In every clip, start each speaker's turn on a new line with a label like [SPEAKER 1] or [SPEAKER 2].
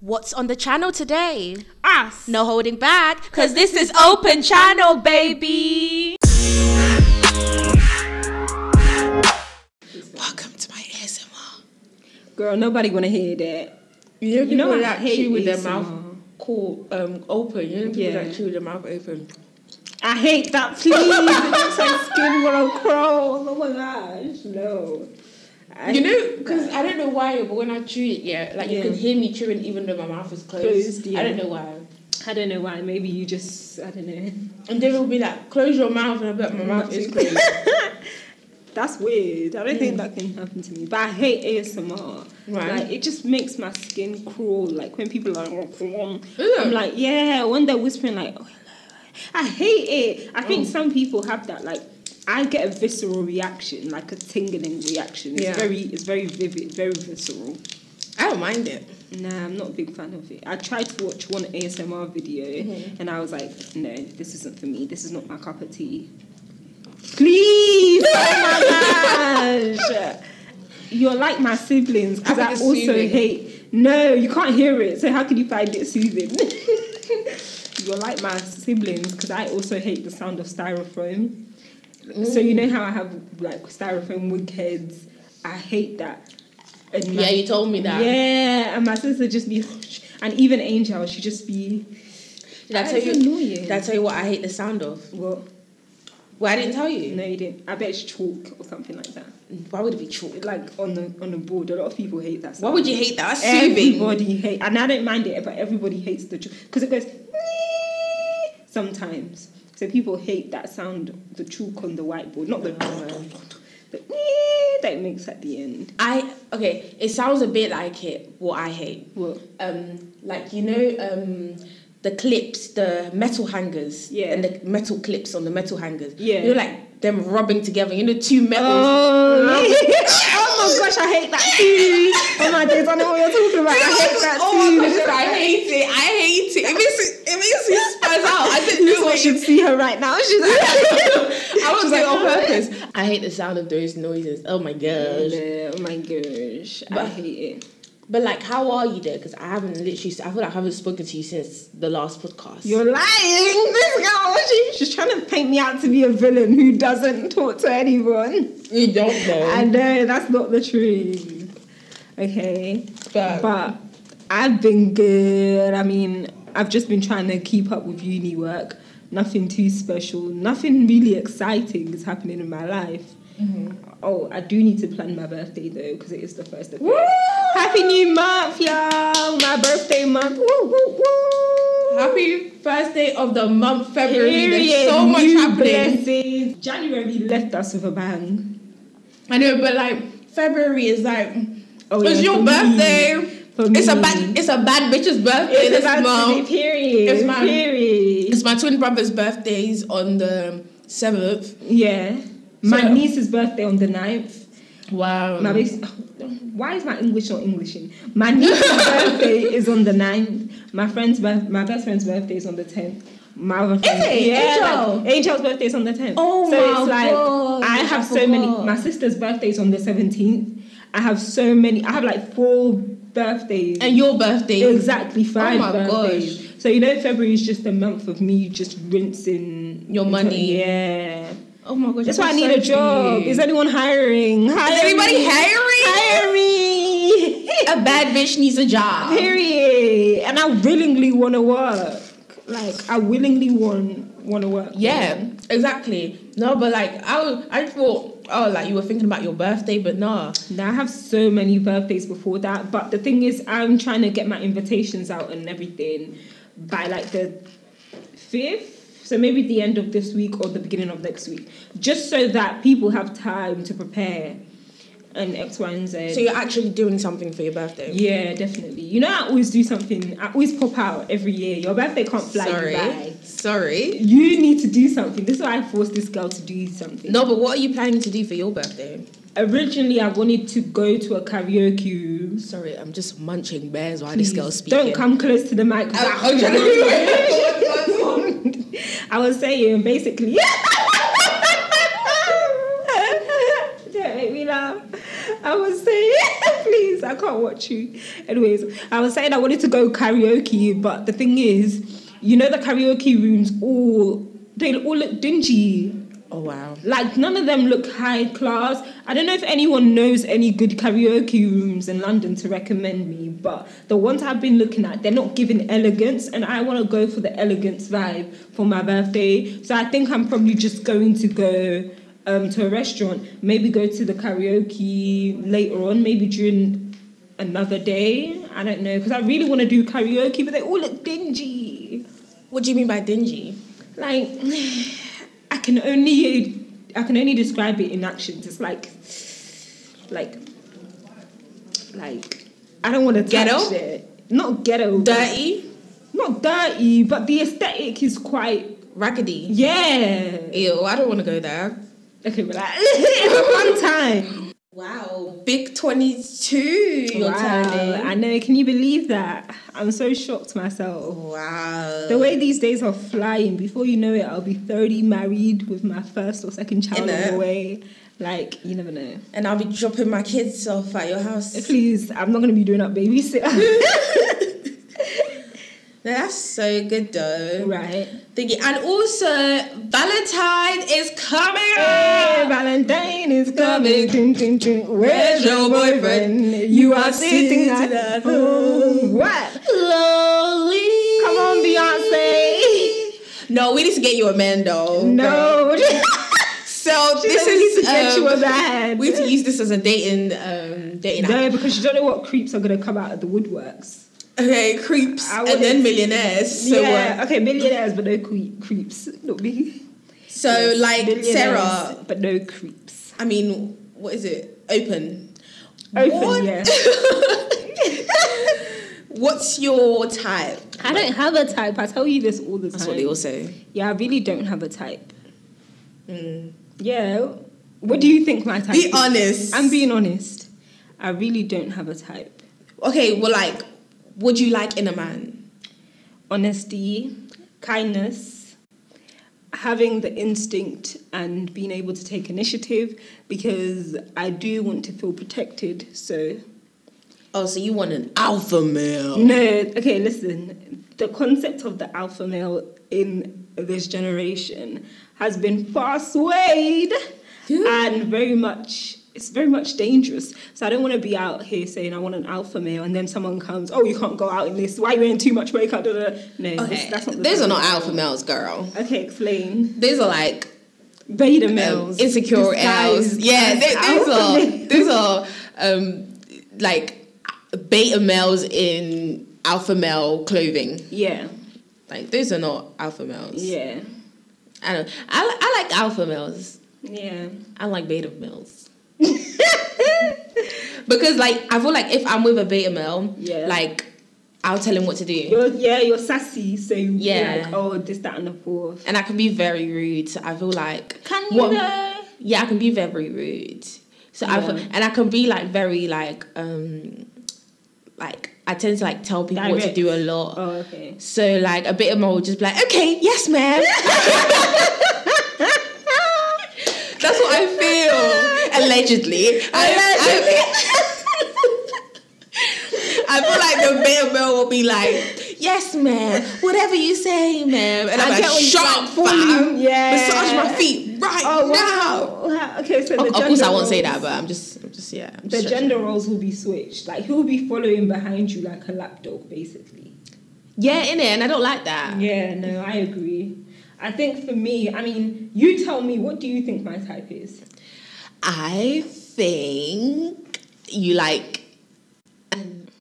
[SPEAKER 1] what's on the channel today.
[SPEAKER 2] Us.
[SPEAKER 1] No holding back, because this is open channel, baby.
[SPEAKER 2] Welcome to my ASMR.
[SPEAKER 3] Girl, nobody wanna hear that.
[SPEAKER 2] You know,
[SPEAKER 3] You know
[SPEAKER 2] people
[SPEAKER 3] I
[SPEAKER 2] that
[SPEAKER 3] hate
[SPEAKER 2] chew with their
[SPEAKER 3] ASMR.
[SPEAKER 2] mouth cool, um, open. You know people
[SPEAKER 3] Yeah.
[SPEAKER 2] that chew with their mouth open.
[SPEAKER 3] I hate that. Please, it looks like skin will crawl. Oh my gosh, no. I
[SPEAKER 2] You know, because I don't know why, but when I chew it, yeah, like you
[SPEAKER 3] Yeah.
[SPEAKER 2] can hear me chewing even though my mouth is closed.
[SPEAKER 3] Closed, yeah.
[SPEAKER 2] I don't know why.
[SPEAKER 3] I don't know why. Maybe you just I don't know.
[SPEAKER 2] And they will be like, close your mouth, and I bet my mouth is closed.
[SPEAKER 3] That's weird. I don't think that can happen to me. But I hate ASMR.
[SPEAKER 2] Mm. Right.
[SPEAKER 3] Like it just makes my skin crawl. Like when people are like, "Wong, wong,"
[SPEAKER 2] Ew.
[SPEAKER 3] I'm like, yeah. When they're whispering, like, oh, hello. I hate it. I
[SPEAKER 2] Oh.
[SPEAKER 3] think some people have that. Like, I get a visceral reaction, like a tingling reaction. It's
[SPEAKER 2] Yeah.
[SPEAKER 3] very, it's very vivid, very visceral.
[SPEAKER 2] I don't mind it.
[SPEAKER 3] Nah, I'm not a big fan of it. I tried to watch one ASMR video and I was like, no, this isn't for me. This is not my cup of tea. Please! oh my gosh! You're like my siblings because
[SPEAKER 2] I
[SPEAKER 3] I,
[SPEAKER 2] think it's
[SPEAKER 3] also
[SPEAKER 2] soothing.
[SPEAKER 3] hate. No, you can't hear it, so how can you find it soothing? You're like my siblings because I also hate the sound of styrofoam. So you know how I have like styrofoam wig heads? I hate that. And my-
[SPEAKER 2] Yeah, you told me that.
[SPEAKER 3] yeah, and my sister just be, and even Angel, she just be.
[SPEAKER 2] Did I
[SPEAKER 3] Ah,
[SPEAKER 2] tell
[SPEAKER 3] it's
[SPEAKER 2] you?
[SPEAKER 3] annoying.
[SPEAKER 2] Did I tell you what I hate the sound of?
[SPEAKER 3] Well,
[SPEAKER 2] Well, I didn't tell you.
[SPEAKER 3] no, you didn't. I bet it's chalk or something like that.
[SPEAKER 2] Why would it be true?
[SPEAKER 3] Like on the on the board, a lot of people hate that.
[SPEAKER 2] Why
[SPEAKER 3] Sound.
[SPEAKER 2] would you hate that? That's soothing.
[SPEAKER 3] Everybody hate, and I don't mind it, but everybody hates the chalk because it goes sometimes. So people hate that sound, the chalk on the whiteboard, not the the that it makes at the end.
[SPEAKER 2] I okay. It sounds a bit like it. What I hate.
[SPEAKER 3] What?
[SPEAKER 2] Um, like you know, um, the clips, the metal hangers.
[SPEAKER 3] Yeah.
[SPEAKER 2] And the metal clips on the metal hangers.
[SPEAKER 3] Yeah.
[SPEAKER 2] You know, like them rubbing together. You know, two metals.
[SPEAKER 3] Oh, oh my gosh, I hate that too. Oh my days, I know what you're talking about. I hate that
[SPEAKER 2] Oh my
[SPEAKER 3] too.
[SPEAKER 2] gosh, I hate it. I hate it. It makes it, it makes me spaz out. I didn't know
[SPEAKER 3] I
[SPEAKER 2] what
[SPEAKER 3] should see her right now. She's
[SPEAKER 2] I was like
[SPEAKER 3] She's like,
[SPEAKER 2] on
[SPEAKER 3] "Oh."
[SPEAKER 2] purpose. I hate the sound of those noises. Oh my gosh.
[SPEAKER 3] oh my gosh, I
[SPEAKER 2] But-
[SPEAKER 3] hate it.
[SPEAKER 2] But like, how are you there? Because I haven't literally. I feel like I haven't spoken to you since the last podcast.
[SPEAKER 3] You're lying. This girl, she, she's trying to paint me out to be a villain who doesn't talk to anyone.
[SPEAKER 2] you don't know.
[SPEAKER 3] I know that's not the truth. Okay,
[SPEAKER 2] But-
[SPEAKER 3] but I've been good. I mean, I've just been trying to keep up with uni work. Nothing too special. Nothing really exciting is happening in my life.
[SPEAKER 2] Mm-hmm.
[SPEAKER 3] Oh, I do need to plan my birthday though because it is the first of. May. Happy new month, y'all! My birthday month. Woo, woo, woo.
[SPEAKER 2] Happy first day of the month, February. There's
[SPEAKER 3] Period.
[SPEAKER 2] so much
[SPEAKER 3] New
[SPEAKER 2] happening.
[SPEAKER 3] blessings. January left us with a bang.
[SPEAKER 2] I know, but like February is like
[SPEAKER 3] Oh,
[SPEAKER 2] it's
[SPEAKER 3] yeah,
[SPEAKER 2] your
[SPEAKER 3] for me.
[SPEAKER 2] birthday.
[SPEAKER 3] For
[SPEAKER 2] It's a
[SPEAKER 3] me.
[SPEAKER 2] bad it's a bad bitch's birthday
[SPEAKER 3] It's
[SPEAKER 2] this
[SPEAKER 3] about to
[SPEAKER 2] month.
[SPEAKER 3] be period.
[SPEAKER 2] It's my-
[SPEAKER 3] period.
[SPEAKER 2] It's my twin brother's birthdays on the seventh.
[SPEAKER 3] Yeah. My
[SPEAKER 2] So- Mm.
[SPEAKER 3] niece's birthday on the 9th.
[SPEAKER 2] Wow.
[SPEAKER 3] My bas- why is my English not Englishing? My niece's birthday is on the 9th. My friend's birth- my best friend's birthday is on the 10th. My other friend's-
[SPEAKER 2] it?
[SPEAKER 3] Yeah,
[SPEAKER 2] Angel?
[SPEAKER 3] like, Angel's birthday is on the 10th.
[SPEAKER 2] Oh
[SPEAKER 3] so
[SPEAKER 2] my
[SPEAKER 3] it's like
[SPEAKER 2] God,
[SPEAKER 3] I
[SPEAKER 2] I
[SPEAKER 3] have so many
[SPEAKER 2] forgot.
[SPEAKER 3] my sister's birthday is on the 17th. I have so many I have like four birthdays.
[SPEAKER 2] and your birthday.
[SPEAKER 3] Exactly five
[SPEAKER 2] Oh my
[SPEAKER 3] birthdays. So you know February is just a month of me just rinsing
[SPEAKER 2] Your money.
[SPEAKER 3] Yeah.
[SPEAKER 2] Oh my gosh.
[SPEAKER 3] That's why I need a job. Is anyone hiring? Hire
[SPEAKER 2] Is everybody
[SPEAKER 3] me.
[SPEAKER 2] hiring?
[SPEAKER 3] Hire me.
[SPEAKER 2] A bad bitch needs a job.
[SPEAKER 3] Period. And I willingly want to work. Like I willingly want want to work.
[SPEAKER 2] Yeah, exactly. No, but like I, was- I thought, oh, like you were thinking about your birthday, but nah.
[SPEAKER 3] Now I have so many birthdays before that, but the thing is, I'm trying to get my invitations out and everything by like the fifth, so maybe the end of this week or the beginning of next week, just so that people have time to prepare and X, Y, and Z.
[SPEAKER 2] So you're actually doing something for your birthday.
[SPEAKER 3] yeah, definitely. You know, I always do something. I always pop out every year. Your birthday can't fly
[SPEAKER 2] Sorry.
[SPEAKER 3] you by.
[SPEAKER 2] Sorry.
[SPEAKER 3] You need to do something. This is why I forced this girl to do something.
[SPEAKER 2] No, but what are you planning to do for your birthday?
[SPEAKER 3] Originally, I wanted to go to a karaoke.
[SPEAKER 2] Sorry, I'm just munching bears while this girl's speaking. Oh,
[SPEAKER 3] Don't come Oh, close to the mic. 'cause I-
[SPEAKER 2] I'm trying to do it.
[SPEAKER 3] I was saying basically. Don't make me laugh. I was saying, please, I can't watch you. Anyways, I was saying I wanted to go karaoke, but the thing is, you know the karaoke rooms all they all look dingy.
[SPEAKER 2] Oh wow.
[SPEAKER 3] Like none of them look high class. I don't know if anyone knows any good karaoke rooms in London to recommend me, but the ones I've been looking at, they're not giving elegance, and I want to go for the elegance vibe for my birthday. So I think I'm probably just going to go um, to a restaurant, maybe go to the karaoke later on, maybe during another day. I don't know because I really want to do karaoke, but they all look dingy.
[SPEAKER 2] What do you mean by dingy?
[SPEAKER 3] Like I can only I can only describe it in actions. It's like like like I don't want to touch
[SPEAKER 2] Ghetto?
[SPEAKER 3] it. Not ghetto. but-
[SPEAKER 2] Dirty,
[SPEAKER 3] Not dirty, but the aesthetic is quite
[SPEAKER 2] raggedy.
[SPEAKER 3] yeah.
[SPEAKER 2] Ew, I don't want to go there.
[SPEAKER 3] Okay, relax. It's a fun time.
[SPEAKER 2] Wow, big twenty-two. You're turning.
[SPEAKER 3] I know. Can you believe that? I'm so shocked myself.
[SPEAKER 2] Wow.
[SPEAKER 3] The way these days are flying, before you know it, I'll be 30, married with my first or second child on
[SPEAKER 2] Innit?
[SPEAKER 3] the way. Like, you never know.
[SPEAKER 2] and I'll be dropping my kids off at your house.
[SPEAKER 3] Please, I'm not going to be doing up babysitter.
[SPEAKER 2] That's so good though.
[SPEAKER 3] right.
[SPEAKER 2] Thank you. And also, Valentine is coming
[SPEAKER 3] Hey,
[SPEAKER 2] up.
[SPEAKER 3] Valentine is coming. Dun, dun, dun. Where's your boyfriend? You are sitting at home. What?
[SPEAKER 2] Lonely.
[SPEAKER 3] Come on, Beyonce.
[SPEAKER 2] No, we need to get you a man though.
[SPEAKER 3] No.
[SPEAKER 2] So this
[SPEAKER 3] This is to
[SPEAKER 2] is
[SPEAKER 3] get you a
[SPEAKER 2] um,
[SPEAKER 3] bad.
[SPEAKER 2] we need to use this as a dating um dating app.
[SPEAKER 3] No, because you don't know what creeps are going to come out of the woodworks.
[SPEAKER 2] Okay, creeps
[SPEAKER 3] I
[SPEAKER 2] and then
[SPEAKER 3] wouldn't-
[SPEAKER 2] millionaires. So
[SPEAKER 3] yeah,
[SPEAKER 2] uh,
[SPEAKER 3] okay, millionaires but no cre- creeps. Not me.
[SPEAKER 2] so like
[SPEAKER 3] Millionaires,
[SPEAKER 2] Sarah,
[SPEAKER 3] but no creeps.
[SPEAKER 2] I mean, what is it? Open.
[SPEAKER 3] Open,
[SPEAKER 2] What?
[SPEAKER 3] yeah.
[SPEAKER 2] What's your type?
[SPEAKER 3] I don't have a type. I tell you this all the time.
[SPEAKER 2] That's what they all say.
[SPEAKER 3] yeah, I really don't have a type. Yeah. What do Uh-huh. you think my type?
[SPEAKER 2] Mm. Be
[SPEAKER 3] is?
[SPEAKER 2] honest.
[SPEAKER 3] I'm being honest. I really don't have a type.
[SPEAKER 2] Okay, well, like, would you like in a man?
[SPEAKER 3] Honesty, kindness, having the instinct and being able to take initiative because I do want to feel protected. So
[SPEAKER 2] Oh, so you want an alpha male?
[SPEAKER 3] No, okay, listen. The concept of the alpha male in this generation has been far swayed and very much it's very much dangerous. So I don't want to be out here saying I want an alpha male and then someone comes, oh you can't go out in this, why you wearing too much makeup? Da, da, da." No,
[SPEAKER 2] Okay,
[SPEAKER 3] Oh, that's, that's not the
[SPEAKER 2] these are
[SPEAKER 3] type.
[SPEAKER 2] not alpha males, girl.
[SPEAKER 3] Okay, explain.
[SPEAKER 2] These are like
[SPEAKER 3] Beta
[SPEAKER 2] um,
[SPEAKER 3] males.
[SPEAKER 2] insecure L's.
[SPEAKER 3] disguised
[SPEAKER 2] Yeah,
[SPEAKER 3] as
[SPEAKER 2] they, these
[SPEAKER 3] alpha
[SPEAKER 2] are
[SPEAKER 3] males.
[SPEAKER 2] these are um, like beta males in alpha male clothing.
[SPEAKER 3] Yeah.
[SPEAKER 2] Like these are not alpha males.
[SPEAKER 3] Yeah.
[SPEAKER 2] I don't. I, I like alpha males.
[SPEAKER 3] Yeah.
[SPEAKER 2] I like beta males. because like I feel like if I'm with a beta male,
[SPEAKER 3] Yeah.
[SPEAKER 2] like I'll tell him what to do.
[SPEAKER 3] You're, yeah, you're sassy, so you yeah.
[SPEAKER 2] Yeah.
[SPEAKER 3] like, oh, this, that, and the fourth.
[SPEAKER 2] And I can be very rude. So I feel like
[SPEAKER 3] Can
[SPEAKER 2] What-
[SPEAKER 3] though?
[SPEAKER 2] yeah, I can be very rude. So I feel,
[SPEAKER 3] Yeah.
[SPEAKER 2] and I can be like very like um like I tend to like tell people what to
[SPEAKER 3] Direct.
[SPEAKER 2] do a lot.
[SPEAKER 3] Oh, okay.
[SPEAKER 2] So like a bit of more will just be like, okay, yes, ma'am. That's what I feel. Allegedly. I- I, I, feel like the bit of male will be like, yes, ma'am. Whatever you say, ma'am. And I'm
[SPEAKER 3] I
[SPEAKER 2] like,
[SPEAKER 3] get what you-
[SPEAKER 2] shut
[SPEAKER 3] like,
[SPEAKER 2] up,
[SPEAKER 3] fully,
[SPEAKER 2] fam.
[SPEAKER 3] yeah.
[SPEAKER 2] Massage my feet right
[SPEAKER 3] Oh
[SPEAKER 2] now.
[SPEAKER 3] wow! Wow. Okay, so the
[SPEAKER 2] Of, of
[SPEAKER 3] gender
[SPEAKER 2] course, I won't say
[SPEAKER 3] roles-
[SPEAKER 2] that, but I'm just, I'm just, yeah. I'm
[SPEAKER 3] The
[SPEAKER 2] just
[SPEAKER 3] gender roles will be switched. Like he'll be following behind you like a lapdog, basically.
[SPEAKER 2] Yeah, in it, and I don't like that.
[SPEAKER 3] Yeah, no, I agree. I think for me, I mean, you tell me, what do you think my type is?
[SPEAKER 2] I think you like.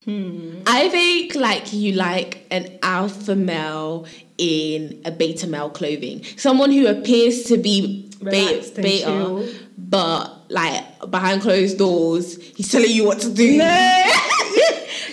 [SPEAKER 2] hmm, I think like you like an alpha male in a beta male clothing, someone who appears to be be-
[SPEAKER 3] Relaxed and chill.
[SPEAKER 2] beta, but like behind closed doors, he's telling you what to do.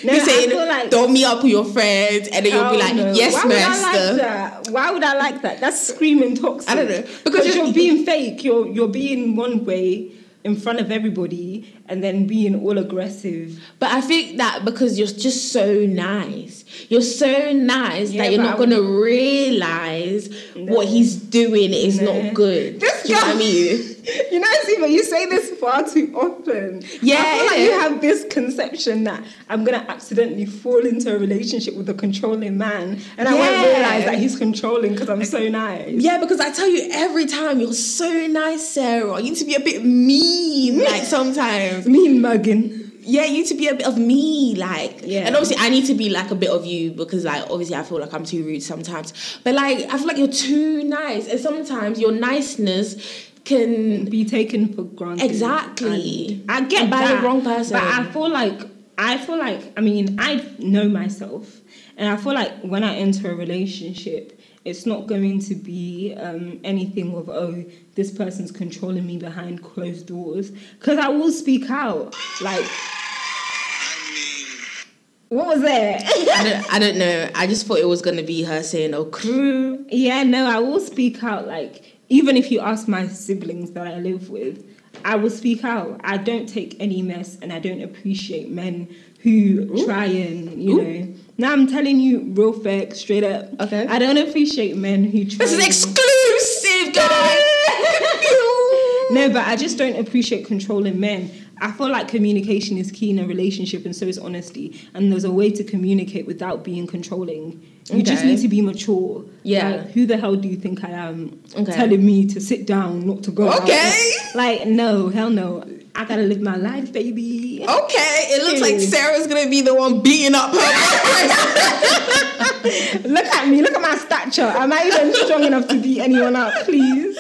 [SPEAKER 3] No,
[SPEAKER 2] he's
[SPEAKER 3] I
[SPEAKER 2] saying,
[SPEAKER 3] feel like-
[SPEAKER 2] "Don't meet up with your friends," and then you'll be
[SPEAKER 3] Hell
[SPEAKER 2] like,
[SPEAKER 3] no.
[SPEAKER 2] "Yes,
[SPEAKER 3] Why Would I, like
[SPEAKER 2] master."
[SPEAKER 3] that? Why would I like that? That's screaming toxic.
[SPEAKER 2] I don't know. Because
[SPEAKER 3] because
[SPEAKER 2] you're-
[SPEAKER 3] you're being fake. You're you're being one way in front of everybody, and then being all aggressive.
[SPEAKER 2] But I think that because you're just so nice, you're so nice
[SPEAKER 3] Yeah,
[SPEAKER 2] that you're not
[SPEAKER 3] but I
[SPEAKER 2] gonna realize what he's doing is
[SPEAKER 3] No.
[SPEAKER 2] not good.
[SPEAKER 3] This
[SPEAKER 2] Do you know what I
[SPEAKER 3] guy-
[SPEAKER 2] mean?
[SPEAKER 3] You know, Ziva, you say this far too often. I
[SPEAKER 2] Yeah.
[SPEAKER 3] feel like you have this conception that I'm gonna accidentally fall into a relationship with a controlling man, and I won't
[SPEAKER 2] Yeah.
[SPEAKER 3] realize that he's controlling because I'm so nice.
[SPEAKER 2] Yeah, because I tell you every time you're so nice, Sarah. You need to be a bit mean, like sometimes.
[SPEAKER 3] Mean mugging.
[SPEAKER 2] Yeah, you need to be a bit of me, like.
[SPEAKER 3] Yeah.
[SPEAKER 2] And obviously, I need to be like a bit of you because, like, obviously, I feel like I'm too rude sometimes. But like, I feel like you're too nice, and sometimes your niceness can
[SPEAKER 3] Be taken for granted.
[SPEAKER 2] Exactly.
[SPEAKER 3] And I get
[SPEAKER 2] And by the
[SPEAKER 3] that,
[SPEAKER 2] wrong person.
[SPEAKER 3] But I feel like I feel like I mean I know myself, and I feel like when I enter a relationship, it's not going to be um, anything of oh this person's controlling me behind closed doors because I will speak out. Like what was that?
[SPEAKER 2] I don't, I don't know. I just thought it was gonna be her saying, "Oh, crew."
[SPEAKER 3] Mm, yeah, no, I will speak out. Like even if you ask my siblings that I live with. I will speak out. I don't take any mess, and I don't appreciate men who try and you know. Now I'm telling you, real fact, straight up.
[SPEAKER 2] Okay.
[SPEAKER 3] I don't appreciate men who try.
[SPEAKER 2] This is
[SPEAKER 3] and-
[SPEAKER 2] exclusive, guys.
[SPEAKER 3] no, but I just don't appreciate controlling men. I feel like communication is key in a relationship, and so is honesty. And there's a way to communicate without being controlling. You just
[SPEAKER 2] Okay.
[SPEAKER 3] need to be mature.
[SPEAKER 2] Yeah.
[SPEAKER 3] Like, who the hell do you think I am?
[SPEAKER 2] Okay.
[SPEAKER 3] Telling me to sit down, not to go. out?
[SPEAKER 2] Okay.
[SPEAKER 3] Like no, hell no. I gotta live my life, baby.
[SPEAKER 2] Oh. Okay, it looks like
[SPEAKER 3] Ew.
[SPEAKER 2] Sarah's gonna be the one beating up her.
[SPEAKER 3] Look at me. Look at my stature. Am I even strong enough to beat anyone up? Please.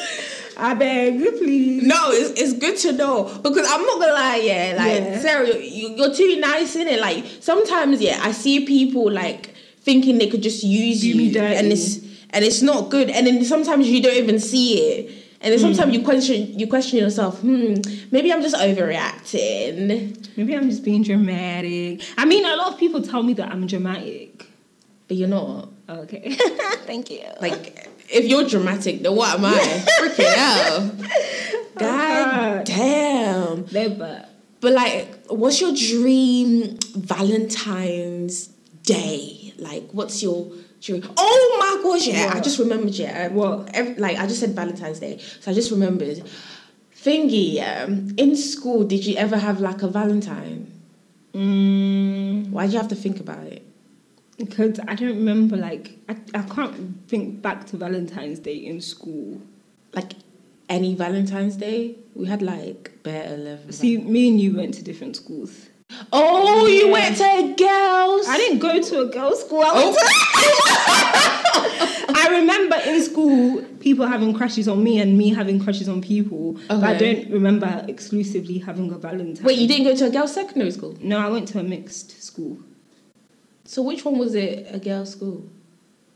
[SPEAKER 3] I beg, please.
[SPEAKER 2] no, it's, it's good to know because I'm not gonna lie, yeah. Like
[SPEAKER 3] Yeah.
[SPEAKER 2] Sarah, you, you're too nice in it. Like sometimes, yeah, I see people like thinking they could just use
[SPEAKER 3] Do
[SPEAKER 2] you,
[SPEAKER 3] me dirty.
[SPEAKER 2] and it's and it's not good. And then sometimes you don't even see it. And then sometimes you question you question yourself. Hmm, maybe I'm just overreacting.
[SPEAKER 3] Maybe I'm just being dramatic. I mean, a lot of people tell me that I'm dramatic.
[SPEAKER 2] But you're not.
[SPEAKER 3] Okay. Thank you.
[SPEAKER 2] Like, if you're dramatic, then what am I? Freaking hell. God
[SPEAKER 3] Oh, God.
[SPEAKER 2] damn.
[SPEAKER 3] No, but
[SPEAKER 2] But, like, what's your dream Valentine's Day? Like, what's your dream? Oh my gosh, yeah. I
[SPEAKER 3] What?
[SPEAKER 2] just remembered, yeah.
[SPEAKER 3] What?
[SPEAKER 2] Ev- like, I just said Valentine's Day. So I just remembered. Thingy, um, in school, did you ever have like a Valentine?
[SPEAKER 3] mm,
[SPEAKER 2] Why'd you have to think about it?
[SPEAKER 3] because I don't remember, like, I, I can't think back to Valentine's Day in school.
[SPEAKER 2] Like, any Valentine's Day? We had like bare 11.
[SPEAKER 3] See, me and you went to different schools.
[SPEAKER 2] Oh, you
[SPEAKER 3] Yeah.
[SPEAKER 2] went to girls. Oh.
[SPEAKER 3] I didn't go to a girls' school. I, went to- I remember in school people having crushes on me and me having crushes on people. But I
[SPEAKER 2] Okay.
[SPEAKER 3] don't remember exclusively having a Valentine.
[SPEAKER 2] Wait, you didn't go to a girls' secondary school.
[SPEAKER 3] No, I went to a mixed school.
[SPEAKER 2] So which one was it? A girls' school.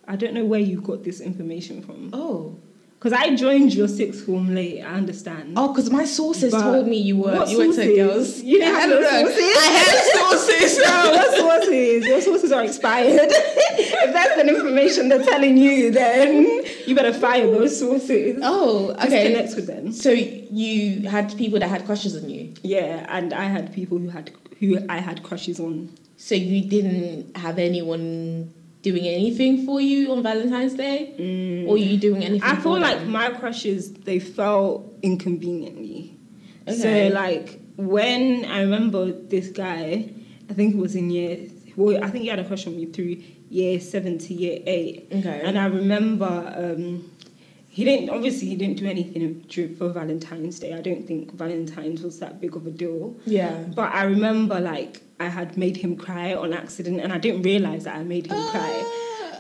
[SPEAKER 3] I don't know where you got this information from.
[SPEAKER 2] Oh.
[SPEAKER 3] Because I joined your sixth form late, I understand.
[SPEAKER 2] Oh, because my sources
[SPEAKER 3] But
[SPEAKER 2] told me you were
[SPEAKER 3] what
[SPEAKER 2] you went to a
[SPEAKER 3] sources?
[SPEAKER 2] girls.
[SPEAKER 3] You didn't
[SPEAKER 2] I
[SPEAKER 3] have
[SPEAKER 2] don't
[SPEAKER 3] no
[SPEAKER 2] know.
[SPEAKER 3] sources?
[SPEAKER 2] I had sources.
[SPEAKER 3] No, your sources, your sources are expired. if that's the information they're telling you, then you better fire those sources.
[SPEAKER 2] oh, okay.
[SPEAKER 3] Disconnect with them.
[SPEAKER 2] So you had people that had crushes on you.
[SPEAKER 3] Yeah, and I had people who had who I had crushes on.
[SPEAKER 2] So you didn't have anyone doing anything for you on Valentine's Day, or you doing anything?
[SPEAKER 3] Mm. I
[SPEAKER 2] for
[SPEAKER 3] feel like
[SPEAKER 2] them?
[SPEAKER 3] my crushes they fell inconveniently.
[SPEAKER 2] Okay.
[SPEAKER 3] So like when I remember this guy, I think it was in year well, I think he had a crush on me through year seven to year eight.
[SPEAKER 2] Okay.
[SPEAKER 3] And I remember um he didn't obviously he didn't do anything dur- for Valentine's Day. I don't think Valentine's was that big of a deal.
[SPEAKER 2] yeah.
[SPEAKER 3] But I remember like I had made him cry on accident and I didn't realise that I made him cry.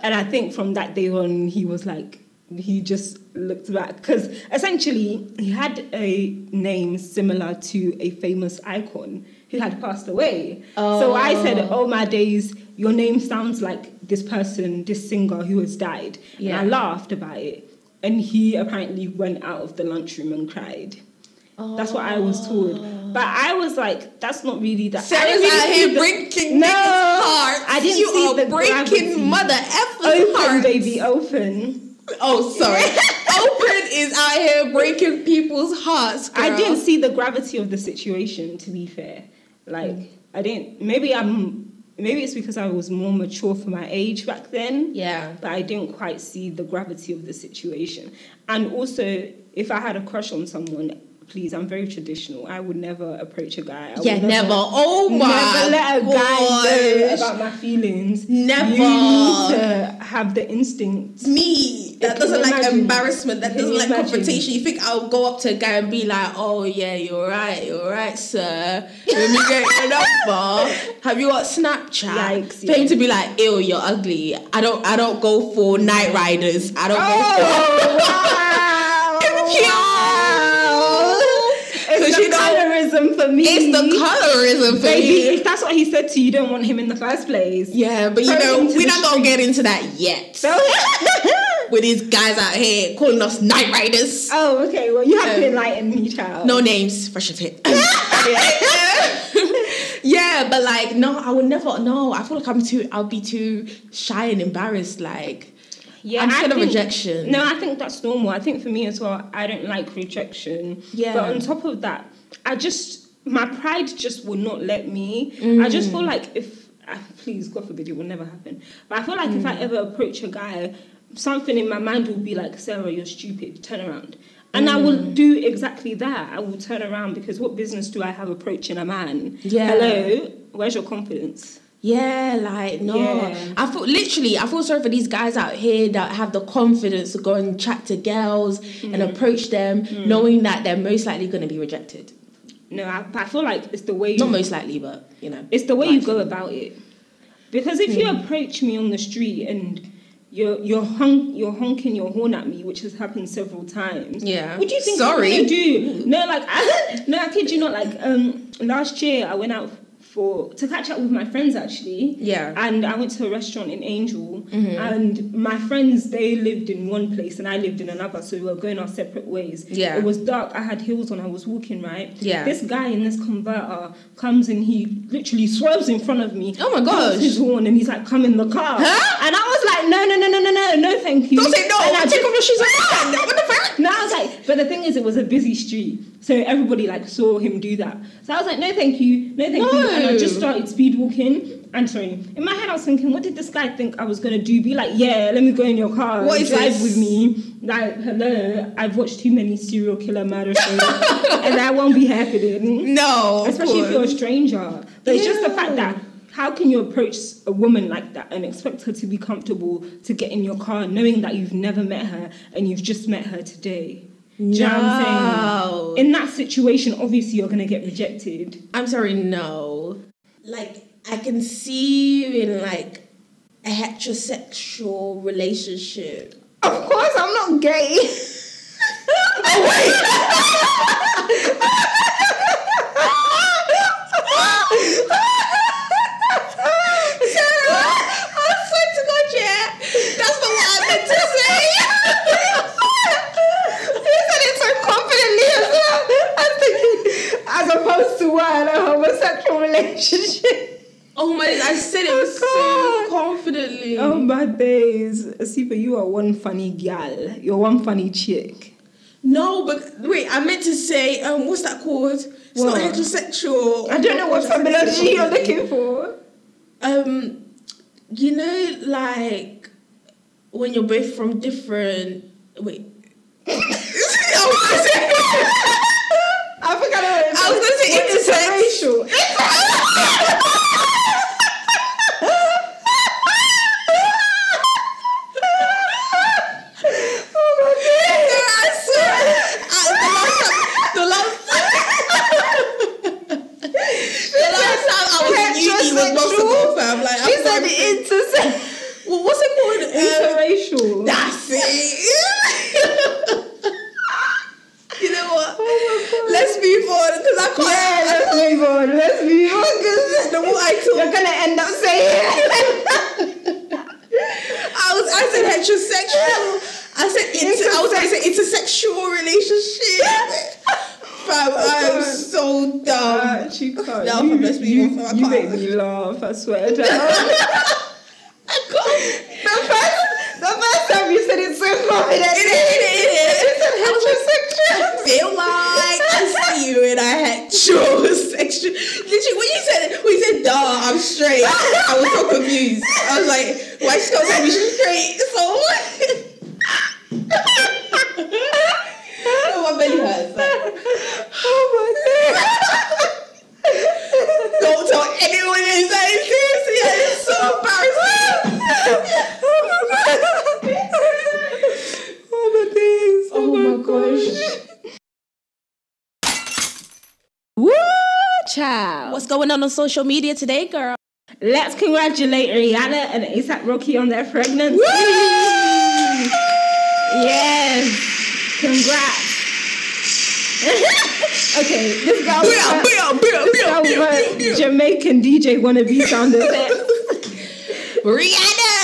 [SPEAKER 3] And I think from that day on he was like he just looked back because essentially he had a name similar to a famous icon who had passed away. So I said, Oh my days, your name sounds like this person, this singer who has died.
[SPEAKER 2] Yeah.
[SPEAKER 3] And I laughed about it. And he apparently went out of the lunchroom and cried. That's what I was told. But I was like, that's not really that. I
[SPEAKER 2] Sarah's Oh.
[SPEAKER 3] didn't
[SPEAKER 2] out
[SPEAKER 3] really
[SPEAKER 2] here
[SPEAKER 3] see the-
[SPEAKER 2] breaking
[SPEAKER 3] No,
[SPEAKER 2] niggas' hearts.
[SPEAKER 3] I didn't
[SPEAKER 2] you
[SPEAKER 3] see
[SPEAKER 2] are
[SPEAKER 3] the
[SPEAKER 2] breaking
[SPEAKER 3] gravity.
[SPEAKER 2] mother effer's
[SPEAKER 3] Open,
[SPEAKER 2] hearts.
[SPEAKER 3] baby, open.
[SPEAKER 2] Oh, sorry. Open is out here breaking people's hearts. Girl.
[SPEAKER 3] I didn't see the gravity of the situation. To be fair, like
[SPEAKER 2] Mm.
[SPEAKER 3] I didn't. Maybe I'm. Maybe it's because I was more mature for my age back then.
[SPEAKER 2] Yeah.
[SPEAKER 3] But I didn't quite see the gravity of the situation. And also, if I had a crush on someone, please, I'm very traditional. I would never approach a guy. I would
[SPEAKER 2] Yeah, never. Oh my
[SPEAKER 3] never let a guy know
[SPEAKER 2] gosh.
[SPEAKER 3] about my feelings.
[SPEAKER 2] Never.
[SPEAKER 3] You need to have the instinct.
[SPEAKER 2] me that
[SPEAKER 3] Can
[SPEAKER 2] doesn't
[SPEAKER 3] you
[SPEAKER 2] like
[SPEAKER 3] imagine?
[SPEAKER 2] embarrassment, that
[SPEAKER 3] Can
[SPEAKER 2] doesn't
[SPEAKER 3] you
[SPEAKER 2] like
[SPEAKER 3] imagine?
[SPEAKER 2] confrontation. You think I'll go up to a guy and be like, "Oh yeah, you're right, you're right, sir. Let me get your number. Have you got Snapchat?"
[SPEAKER 3] Yikes,
[SPEAKER 2] for him
[SPEAKER 3] yeah.
[SPEAKER 2] to be like, "Ew, you're ugly. I don't, I don't go for night riders. I don't
[SPEAKER 3] Oh,
[SPEAKER 2] go
[SPEAKER 3] wow!
[SPEAKER 2] for." Cute. 'Cause
[SPEAKER 3] It's
[SPEAKER 2] you
[SPEAKER 3] the
[SPEAKER 2] know,
[SPEAKER 3] colorism for me.
[SPEAKER 2] it's the colorism for
[SPEAKER 3] Baby,
[SPEAKER 2] me.
[SPEAKER 3] if that's what he said to you, you don't want him in the first place.
[SPEAKER 2] Yeah, but you
[SPEAKER 3] Throw
[SPEAKER 2] know,
[SPEAKER 3] him to
[SPEAKER 2] we're
[SPEAKER 3] the
[SPEAKER 2] not gonna get into that yet.
[SPEAKER 3] So,
[SPEAKER 2] With these guys out here calling us night riders.
[SPEAKER 3] oh, okay. Well, you have
[SPEAKER 2] No.
[SPEAKER 3] to enlighten me, child.
[SPEAKER 2] No names, fresh and fit. yeah, but like, no, I would never. No, I feel like I'm too. I'll be too shy and embarrassed. Like,
[SPEAKER 3] Yeah,
[SPEAKER 2] I'm scared
[SPEAKER 3] I
[SPEAKER 2] of
[SPEAKER 3] think-
[SPEAKER 2] rejection.
[SPEAKER 3] No, I think that's normal. I think for me as well, I don't like rejection.
[SPEAKER 2] Yeah.
[SPEAKER 3] But on top of that, I just my pride just will not let me. I just
[SPEAKER 2] Mm.
[SPEAKER 3] feel like if ah, please, God forbid, it will never happen. But I feel like
[SPEAKER 2] Mm.
[SPEAKER 3] if I ever approach a guy, something in my mind will be like, Sarah, you're stupid. Turn around. And I will
[SPEAKER 2] Mm.
[SPEAKER 3] do exactly that. I will turn around because what business do I have approaching a man?
[SPEAKER 2] Yeah.
[SPEAKER 3] Hello, where's your confidence?
[SPEAKER 2] yeah, like no.
[SPEAKER 3] Yeah.
[SPEAKER 2] I feel literally. I feel sorry for these guys out here that have the confidence to go and chat to girls and
[SPEAKER 3] Mm.
[SPEAKER 2] approach them, knowing that they're most likely going to be rejected.
[SPEAKER 3] No, I, I feel like it's the way you
[SPEAKER 2] Not most likely, but you know.
[SPEAKER 3] It's the way you go about it. Because if you approach me on the street and you're you're honk, you're honking your horn at me, which has happened several times.
[SPEAKER 2] Yeah.
[SPEAKER 3] What do you think
[SPEAKER 2] Sorry.
[SPEAKER 3] I'm gonna do? No, like I, no, I kid you not. Like um, last year I went out for to catch up with my friends actually.
[SPEAKER 2] Yeah. Mm-hmm.
[SPEAKER 3] And I went to a restaurant in Angel, and my friends they lived in one place and I lived in another, so we were going our separate ways.
[SPEAKER 2] Yeah.
[SPEAKER 3] It was dark. I had heels on. I was walking right.
[SPEAKER 2] Yeah.
[SPEAKER 3] This guy in this converter comes and he literally swerves in front of me.
[SPEAKER 2] Oh my
[SPEAKER 3] honks
[SPEAKER 2] gosh.
[SPEAKER 3] His horn and he's like, "Come in the car."
[SPEAKER 2] Huh?
[SPEAKER 3] And I was like, "No, no, no, no, no, no, no, thank you."
[SPEAKER 2] Don't say no.
[SPEAKER 3] And I
[SPEAKER 2] Take
[SPEAKER 3] ju-
[SPEAKER 2] off your shoes. and- What the fuck?
[SPEAKER 3] No, I was like, but the thing is, it was a busy street, so everybody like saw him do that. So I was like, "No, thank you, no, thank you," and I just
[SPEAKER 2] No.
[SPEAKER 3] started speed walking. And sorry, in my head, I was thinking, "What did this guy think I was gonna do? Be like, yeah, let me go in your car,
[SPEAKER 2] What
[SPEAKER 3] and
[SPEAKER 2] is
[SPEAKER 3] drive
[SPEAKER 2] this?
[SPEAKER 3] with me." Like, hello, I've watched too many serial killer murder shows, and I won't be happening
[SPEAKER 2] No. of
[SPEAKER 3] especially if
[SPEAKER 2] course.
[SPEAKER 3] you're a stranger. But it's just the
[SPEAKER 2] Yeah.
[SPEAKER 3] fact that how can you approach a woman like that and expect her to be comfortable to get in your car knowing that you've never met her and you've just met her today? Do you know what I'm
[SPEAKER 2] No.
[SPEAKER 3] saying? In that situation, obviously you're gonna get rejected.
[SPEAKER 2] I'm sorry, no. Like I can see you in like a heterosexual relationship.
[SPEAKER 3] Of course, I'm not gay.
[SPEAKER 2] Sarah, I swear to God, yeah, that's not what I meant to say.
[SPEAKER 3] You said it so confidently as well. I'm thinking, as opposed to what a homosexual relationship.
[SPEAKER 2] Oh my! I said it so
[SPEAKER 3] Oh, God.
[SPEAKER 2] confidently.
[SPEAKER 3] Oh my days. Sipa, you are one funny gal. You're one funny chick.
[SPEAKER 2] No, but wait, I meant to say, um, what's that called? It's
[SPEAKER 3] What?
[SPEAKER 2] not heterosexual.
[SPEAKER 3] I don't know what terminology you're looking for.
[SPEAKER 2] Um, you know, like when you're both from different. Wait. Oh, I was gonna say-
[SPEAKER 3] I forgot what it
[SPEAKER 2] I was gonna say intersex.
[SPEAKER 3] racial.
[SPEAKER 2] I swear. I- the last time- the last- the last time I was in uni was not supposed to have, like,
[SPEAKER 3] She
[SPEAKER 2] I'm
[SPEAKER 3] said Uh,
[SPEAKER 2] sorry.
[SPEAKER 3] intersex.
[SPEAKER 2] Well, what's it called? Um,
[SPEAKER 3] Interracial.
[SPEAKER 2] That's it. you know
[SPEAKER 3] Oh
[SPEAKER 2] what? Let's move on because I can't.
[SPEAKER 3] Yeah, let's move on. Let's move on.
[SPEAKER 2] The more I talk,
[SPEAKER 3] You're gonna end up saying
[SPEAKER 2] I was I said heterosexual. I said inter, I was I said intersexual relationship. Fam, I am so dumb.
[SPEAKER 3] Uh, she can't.
[SPEAKER 2] No,
[SPEAKER 3] you,
[SPEAKER 2] let's move
[SPEAKER 3] you,
[SPEAKER 2] on, I
[SPEAKER 3] you
[SPEAKER 2] can't.
[SPEAKER 3] make me laugh. I swear oh, to God.
[SPEAKER 2] I can't.
[SPEAKER 3] the first time you said it so
[SPEAKER 2] straight. I was so confused. I was like, why she don't tell me she's straight? So what? no, my belly hurts. Don't tell anyone this. That is seriously, that is so embarrassing.
[SPEAKER 3] Oh my days. Oh, my, gosh. Woo, child.
[SPEAKER 1] What's going on on social media today, girl?
[SPEAKER 3] Let's congratulate Rihanna and ASAP Rocky on their pregnancy. Yes. Congrats. okay, this girl. was
[SPEAKER 2] Bam,
[SPEAKER 3] my-
[SPEAKER 2] bam, bam,
[SPEAKER 3] this girl
[SPEAKER 2] bam,
[SPEAKER 3] was
[SPEAKER 2] bam,
[SPEAKER 3] my
[SPEAKER 2] bam, bam.
[SPEAKER 3] Jamaican DJ wannabe sound effect.
[SPEAKER 2] Rihanna!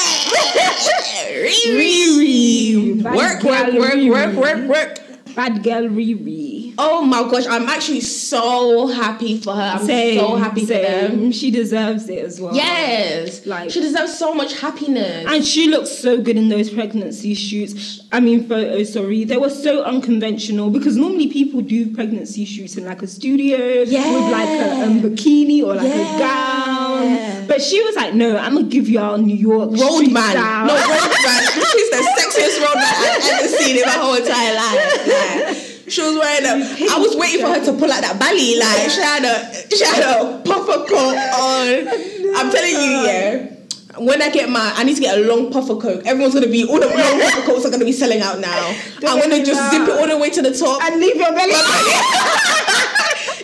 [SPEAKER 2] Riri!
[SPEAKER 3] Bad
[SPEAKER 2] Work, work,
[SPEAKER 3] gal
[SPEAKER 2] work, work,
[SPEAKER 3] Riri.
[SPEAKER 2] work, work.
[SPEAKER 3] Bad girl Riri.
[SPEAKER 2] Oh my gosh, I'm actually so happy for her. I'm so happy for them.
[SPEAKER 3] She deserves it as well.
[SPEAKER 2] Yes.
[SPEAKER 3] Like-
[SPEAKER 2] she deserves so much happiness.
[SPEAKER 3] And she looked so good in those pregnancy shoots. I mean, photos, sorry. They were so unconventional because normally people do pregnancy shoots in like a studio with like a um, bikini or like a gown. But she was like, no, I'm going to give y'all New York street
[SPEAKER 2] Roadman.
[SPEAKER 3] style."
[SPEAKER 2] No, Roadman. She's the sexiest roadman I've ever seen in my whole entire life. Like, she was wearing a. I was waiting for her to pull out that belly. Like, she had a, she had a puffer coat on. I'm telling you, yeah. When I get my, I need to get a long puffer coat. Everyone's gonna be all the long puffer coats are gonna be selling out now. I'm gonna just zip it all the way to the top.
[SPEAKER 3] And leave your belly.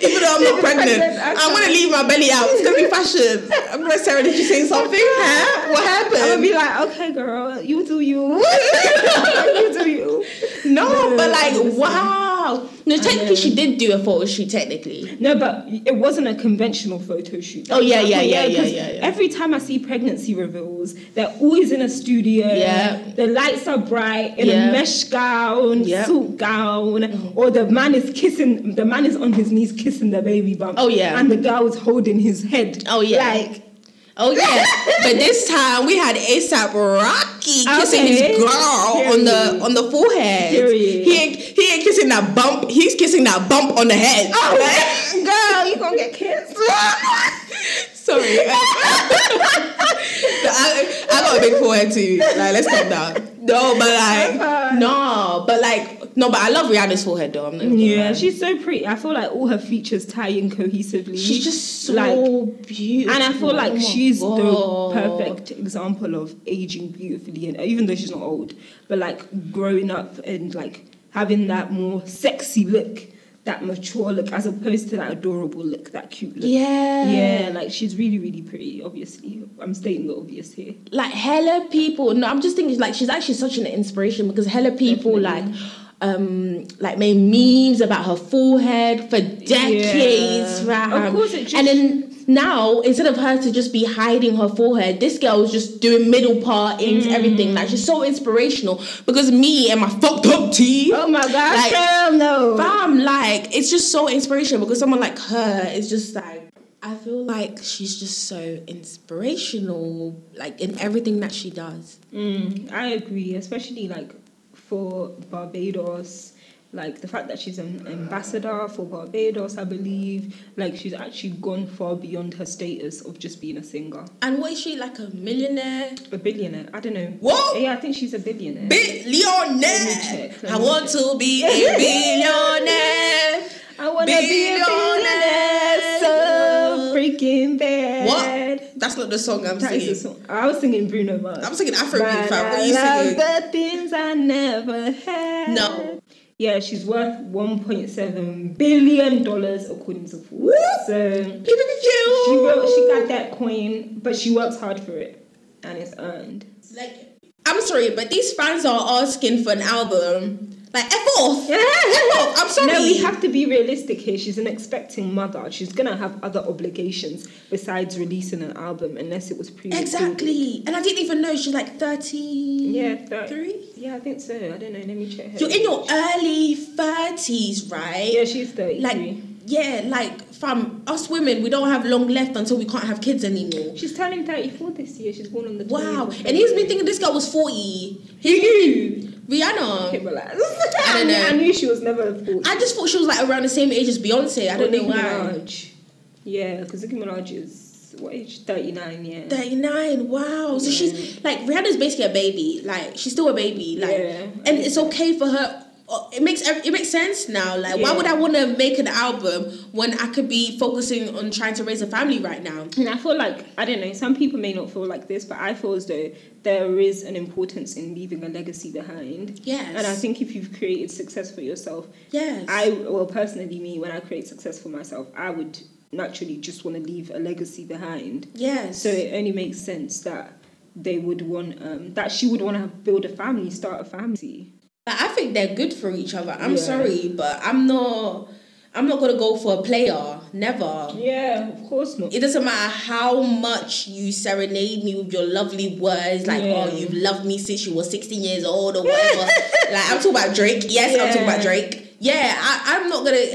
[SPEAKER 2] Even though I'm not pregnant,
[SPEAKER 3] pregnant, I
[SPEAKER 2] I'm gonna leave my belly out. It's gonna be fashion. I'm gonna Sarah, did you say something? Huh? What happened?
[SPEAKER 3] I'm going to be like, okay, girl, you do you. you do you.
[SPEAKER 2] No,
[SPEAKER 3] No,
[SPEAKER 2] but like,
[SPEAKER 3] honestly.
[SPEAKER 2] wow. No, technically, she did do a photo shoot. Technically,
[SPEAKER 3] No, but it wasn't a conventional photo shoot.
[SPEAKER 2] Oh, yeah, yeah, yeah, yeah,
[SPEAKER 3] 'cause
[SPEAKER 2] yeah, yeah.
[SPEAKER 3] Every time I see pregnancy reveals, they're always in a studio.
[SPEAKER 2] Yeah.
[SPEAKER 3] The lights are bright in
[SPEAKER 2] Yeah.
[SPEAKER 3] a mesh gown,
[SPEAKER 2] Yeah. Mm-hmm.
[SPEAKER 3] suit gown, or the man is kissing. The man is on his knees kissing the baby bump.
[SPEAKER 2] Oh, yeah.
[SPEAKER 3] And the girl is holding his head.
[SPEAKER 2] Oh, yeah.
[SPEAKER 3] Like
[SPEAKER 2] oh yeah. but this time we had ASAP Rocky kissing
[SPEAKER 3] Okay.
[SPEAKER 2] his girl on the
[SPEAKER 3] Period.
[SPEAKER 2] on the forehead.
[SPEAKER 3] Period.
[SPEAKER 2] He ain't he ain't kissing that bump. He's kissing that bump on the head.
[SPEAKER 3] Oh,
[SPEAKER 2] Like-
[SPEAKER 3] girl, you gonna get kissed?
[SPEAKER 2] Sorry. I, I got a big forehead too. Like, let's calm down. No, but like, no, but like, no, but I love Rihanna's forehead though. I'm not even gonna
[SPEAKER 3] Yeah,
[SPEAKER 2] lie.
[SPEAKER 3] she's so pretty. I feel like all her features tie in cohesively.
[SPEAKER 2] She's just so
[SPEAKER 3] like
[SPEAKER 2] beautiful.
[SPEAKER 3] And I feel like
[SPEAKER 2] Oh my
[SPEAKER 3] she's
[SPEAKER 2] God.
[SPEAKER 3] the perfect example of aging beautifully, and even though she's not old, but like growing up and like having that more sexy look, that mature look, as opposed to that adorable look, that cute look.
[SPEAKER 2] Yeah.
[SPEAKER 3] Yeah, like she's really, really pretty. Obviously, I'm stating the obvious here.
[SPEAKER 2] Like hella people. No, I'm just thinking like she's actually such an inspiration because hella people like um like made memes about her forehead for decades,
[SPEAKER 3] Yeah.
[SPEAKER 2] fam.
[SPEAKER 3] Of course it just-
[SPEAKER 2] And then now instead of her to just be hiding her forehead, this girl was just doing middle part into everything. Like she's so inspirational because me and my fucked up teeth.
[SPEAKER 3] Oh my gosh,
[SPEAKER 2] Like-
[SPEAKER 3] hell no.
[SPEAKER 2] Fam, like it's just so inspirational because someone like her is just like I feel like she's just so inspirational, like in everything that she does.
[SPEAKER 3] Mm, I agree, especially like for Barbados, like the fact that she's an ambassador for Barbados, I believe, like she's actually gone far beyond her status of just being a singer.
[SPEAKER 2] And what is she like a millionaire?
[SPEAKER 3] A billionaire, I don't know.
[SPEAKER 2] What?
[SPEAKER 3] Yeah, I think she's a billionaire.
[SPEAKER 2] Billionaire.
[SPEAKER 3] check, let
[SPEAKER 2] I
[SPEAKER 3] me
[SPEAKER 2] want to be a billionaire.
[SPEAKER 3] I wanna be a
[SPEAKER 2] Billionaire.
[SPEAKER 3] billionaire so freaking bad.
[SPEAKER 2] What? That's not the song I'm
[SPEAKER 3] That is a
[SPEAKER 2] singing.
[SPEAKER 3] song. I was singing Bruno Mars.
[SPEAKER 2] I'm singing Afrobeat.
[SPEAKER 3] But
[SPEAKER 2] fam. What
[SPEAKER 3] I
[SPEAKER 2] are you
[SPEAKER 3] love
[SPEAKER 2] singing?
[SPEAKER 3] the things I never had.
[SPEAKER 2] No.
[SPEAKER 3] Yeah, she's worth 1.7 billion dollars according to Forbes. So she wrote, she got that coin, but she works hard for it, and it's earned.
[SPEAKER 2] Like, I'm sorry, but these fans are asking for an album. Like, F off. F off. I'm sorry.
[SPEAKER 3] No, we have to be realistic here. She's an expecting mother. She's gonna have other obligations besides releasing an album, unless it was pre.
[SPEAKER 2] Exactly. And I didn't even know she's like 30.
[SPEAKER 3] Yeah. That,
[SPEAKER 2] Three?
[SPEAKER 3] Yeah, I think so. I don't know. Let me check. Her
[SPEAKER 2] You're in your
[SPEAKER 3] age.
[SPEAKER 2] early 30s, right?
[SPEAKER 3] Yeah, she's thirty-three.
[SPEAKER 2] Like, yeah, like, fam, us women, we don't have long left until we can't have kids anymore.
[SPEAKER 3] She's turning 34 this year. She's born on the
[SPEAKER 2] Wow.
[SPEAKER 3] 20th of
[SPEAKER 2] And he's been
[SPEAKER 3] February.
[SPEAKER 2] thinking this girl was 40.
[SPEAKER 3] He knew. Okay,
[SPEAKER 2] Rihanna.
[SPEAKER 3] relax.
[SPEAKER 2] I
[SPEAKER 3] I,
[SPEAKER 2] don't
[SPEAKER 3] knew,
[SPEAKER 2] know.
[SPEAKER 3] I knew she was never 40.
[SPEAKER 2] I just thought she was like around the same age as Beyonce. I don't know
[SPEAKER 3] Nicki
[SPEAKER 2] why.
[SPEAKER 3] Minaj. Yeah, because Nicki Minaj is what age? Thirty nine. Yeah.
[SPEAKER 2] 39 wow so she's like rihanna's basically a baby like she's still a baby like
[SPEAKER 3] Yeah.
[SPEAKER 2] and it's okay for her Uh, it makes ev- it makes sense now like why
[SPEAKER 3] Yeah.
[SPEAKER 2] would i want to make an album when i could be focusing on trying to raise a family right now
[SPEAKER 3] And I feel like I don't know. Some people may not feel like this, but I feel as though there is an importance in leaving a legacy behind.
[SPEAKER 2] yes
[SPEAKER 3] And I think if you've created success for yourself,
[SPEAKER 2] yes
[SPEAKER 3] I well personally me when I create success for myself, I would naturally just want to leave a legacy behind.
[SPEAKER 2] yes
[SPEAKER 3] So it only makes sense that they would want um, that she would want to build a family, start a family.
[SPEAKER 2] Like, I think they're good for each other. I'm
[SPEAKER 3] Yeah.
[SPEAKER 2] sorry, but I'm not. I'm not gonna go for a player. Never.
[SPEAKER 3] Yeah, of course not.
[SPEAKER 2] It doesn't matter how much you serenade me with your lovely words, like
[SPEAKER 3] Yeah.
[SPEAKER 2] "oh, you've loved me since you were 16 years old" or whatever. like I'm talking about Drake. Yes, I'm talking about
[SPEAKER 3] Yeah.
[SPEAKER 2] Drake. Yeah, I, I'm not gonna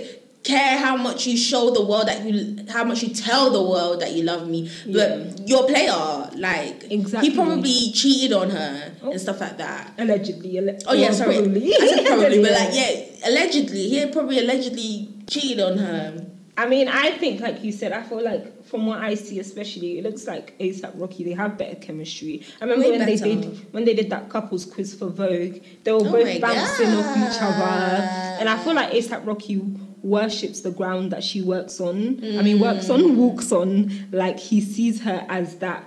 [SPEAKER 2] care how much you show the world that you, how much you tell the world that you love me. But your player, like
[SPEAKER 3] Exactly.
[SPEAKER 2] he probably cheated on her
[SPEAKER 3] Oh.
[SPEAKER 2] and stuff like that.
[SPEAKER 3] Allegedly, alle-
[SPEAKER 2] Oh yeah,
[SPEAKER 3] well,
[SPEAKER 2] sorry.
[SPEAKER 3] Probably.
[SPEAKER 2] I said probably, but like yeah, allegedly he had probably allegedly cheated on her.
[SPEAKER 3] I mean, I think, like you said, I feel like from what I see, especially, it looks like ASAP Rocky. They have better chemistry. I remember
[SPEAKER 2] Way
[SPEAKER 3] when
[SPEAKER 2] better.
[SPEAKER 3] they did when they did that couples quiz for Vogue. They were
[SPEAKER 2] Oh my
[SPEAKER 3] both bouncing off each other,
[SPEAKER 2] God.
[SPEAKER 3] and I feel like ASAP Rocky worships the ground that she works on. I mean, works
[SPEAKER 2] Mm.
[SPEAKER 3] on, walks on. Like he sees her as that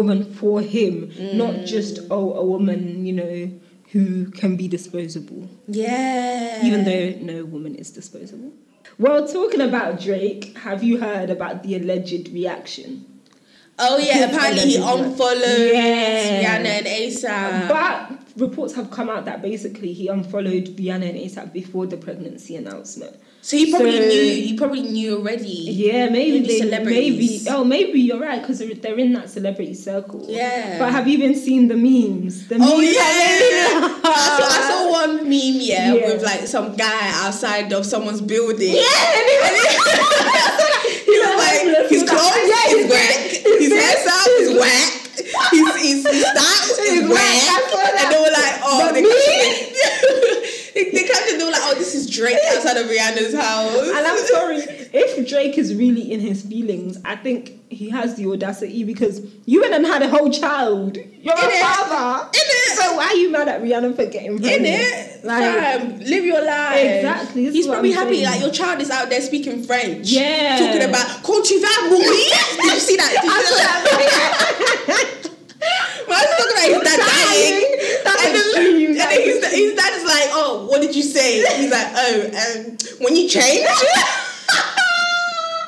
[SPEAKER 3] woman for him,
[SPEAKER 2] Mm.
[SPEAKER 3] not just oh a woman, you know, who can be disposable
[SPEAKER 2] Yeah.
[SPEAKER 3] even though
[SPEAKER 2] Um,
[SPEAKER 3] no woman is disposable. Well, talking about Drake, have you heard about the alleged reaction?
[SPEAKER 2] Oh yeah, apparently he unfollowed
[SPEAKER 3] Yeah.
[SPEAKER 2] Rihanna and ASAP.
[SPEAKER 3] but reports have come out that basically he unfollowed Rihanna and ASAP before the pregnancy announcement.
[SPEAKER 2] so he probably
[SPEAKER 3] So-
[SPEAKER 2] knew. He probably knew already.
[SPEAKER 3] Yeah, maybe,
[SPEAKER 2] Maybe
[SPEAKER 3] they, maybe
[SPEAKER 2] celebrities.
[SPEAKER 3] oh maybe you're right because they're, they're in that celebrity circle.
[SPEAKER 2] Yeah.
[SPEAKER 3] But have you even seen the memes? The
[SPEAKER 2] Oh
[SPEAKER 3] memes
[SPEAKER 2] yeah,
[SPEAKER 3] are-
[SPEAKER 2] I, saw, I saw one meme yeah,
[SPEAKER 3] Yeah.
[SPEAKER 2] with like some guy outside of someone's building.
[SPEAKER 3] Yeah, and it was-
[SPEAKER 2] He was like, his clothes, yeah, he's whack. His hairstyle is whack. His his his style is
[SPEAKER 3] It's whack. I
[SPEAKER 2] whack.
[SPEAKER 3] saw that.
[SPEAKER 2] And they were like, oh,
[SPEAKER 3] But
[SPEAKER 2] they
[SPEAKER 3] me?
[SPEAKER 2] captioned it. They captioned. They were like, oh, this is Drake outside of Rihanna's house.
[SPEAKER 3] And I'm sorry, if Drake is really in his feelings, I think he has the audacity because you went and had a whole child. You're
[SPEAKER 2] In
[SPEAKER 3] a
[SPEAKER 2] it.
[SPEAKER 3] father.
[SPEAKER 2] In it.
[SPEAKER 3] So why are you mad at Rihanna for getting
[SPEAKER 2] In
[SPEAKER 3] pregnant?
[SPEAKER 2] it,
[SPEAKER 3] Like,
[SPEAKER 2] Fam, live your life.
[SPEAKER 3] Exactly, this
[SPEAKER 2] He's
[SPEAKER 3] is what
[SPEAKER 2] probably
[SPEAKER 3] I'm
[SPEAKER 2] happy.
[SPEAKER 3] saying.
[SPEAKER 2] Like your child is out there speaking French.
[SPEAKER 3] Yeah.
[SPEAKER 2] Talking about quand tu vas mourir. Did you see that? Did you see that? Man's talking about his dad dying.
[SPEAKER 3] Dying. That's
[SPEAKER 2] and,
[SPEAKER 3] the dream,
[SPEAKER 2] and then
[SPEAKER 3] like-
[SPEAKER 2] his, his dad is like, oh, what did you say? He's like, oh, um, when you change.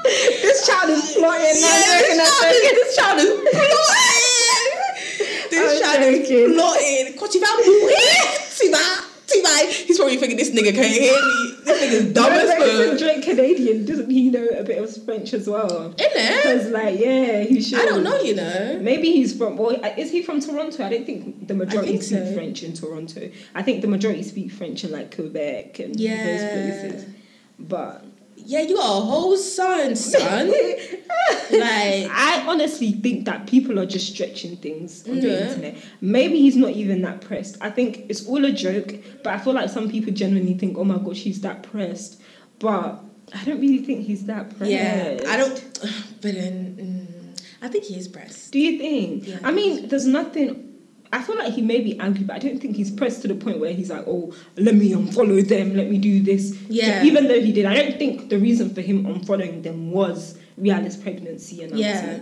[SPEAKER 3] this child is plotting.
[SPEAKER 2] Yeah, this, child is, this child is plotting. This
[SPEAKER 3] I'm
[SPEAKER 2] child
[SPEAKER 3] joking.
[SPEAKER 2] is plotting. Quand tu vas mourir, tu vas, tu vas. He's probably thinking this nigga can't hear me. This nigga's dumb as
[SPEAKER 3] Isn't
[SPEAKER 2] fuck.
[SPEAKER 3] Drake Canadian? Doesn't he know a bit of French as well?
[SPEAKER 2] Innit?
[SPEAKER 3] Because like, yeah, he should.
[SPEAKER 2] I don't know, you know.
[SPEAKER 3] Maybe he's from. Well, is he from Toronto? I don't think the majority
[SPEAKER 2] think
[SPEAKER 3] speak
[SPEAKER 2] so.
[SPEAKER 3] French in Toronto. I think the majority speak French in like Quebec and
[SPEAKER 2] Yeah.
[SPEAKER 3] those places. But
[SPEAKER 2] Yeah, you are a whole son, son. like,
[SPEAKER 3] I honestly think that people are just stretching things on the
[SPEAKER 2] Yeah.
[SPEAKER 3] internet. Maybe he's not even that pressed. I think it's all a joke. But I feel like some people genuinely think, "Oh my gosh, he's that pressed," but. I don't really think he's that pressed.
[SPEAKER 2] yeah, I don't. But then, mm, I think he is pressed.
[SPEAKER 3] Do you think?
[SPEAKER 2] Yeah.
[SPEAKER 3] I mean, there's nothing. I feel like he may be angry, but I don't think he's pressed to the point where he's like, "Oh, let me unfollow them, let me do this."
[SPEAKER 2] Yeah.
[SPEAKER 3] Even though he did, I don't think the reason for him unfollowing them was Rihanna's pregnancy and
[SPEAKER 2] Yeah.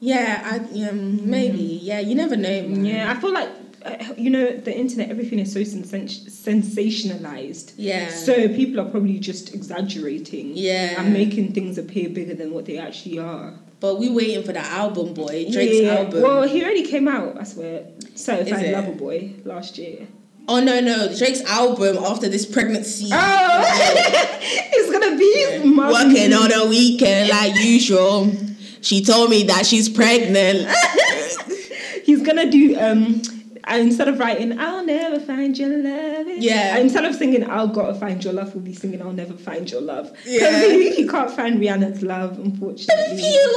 [SPEAKER 2] Yeah, I yeah, maybe.
[SPEAKER 3] Mm-hmm.
[SPEAKER 2] Yeah, you never know. man.
[SPEAKER 3] yeah. I feel like uh, you know the internet, everything is so sens- sensationalized.
[SPEAKER 2] Yeah.
[SPEAKER 3] So people are probably just exaggerating.
[SPEAKER 2] Yeah.
[SPEAKER 3] And making things appear bigger than what they actually are.
[SPEAKER 2] But we waiting for the album, boy. Drake's
[SPEAKER 3] Yeah.
[SPEAKER 2] album.
[SPEAKER 3] Well, he already came out. I swear, Certified
[SPEAKER 2] it?
[SPEAKER 3] Lover Boy last year.
[SPEAKER 2] oh no, no, Drake's album after this pregnancy.
[SPEAKER 3] Oh, it's gonna be mummy.
[SPEAKER 2] Working on a weekend like usual. She told me that she's pregnant.
[SPEAKER 3] He's gonna do um. uh, Instead of writing "I'll never find your love,"
[SPEAKER 2] Yeah.
[SPEAKER 3] uh, Instead of singing "I'll gotta find your love," we'll be singing "I'll never find your love." 'Cause
[SPEAKER 2] Yeah.
[SPEAKER 3] he, he can't find Rihanna's love, unfortunately.
[SPEAKER 2] You.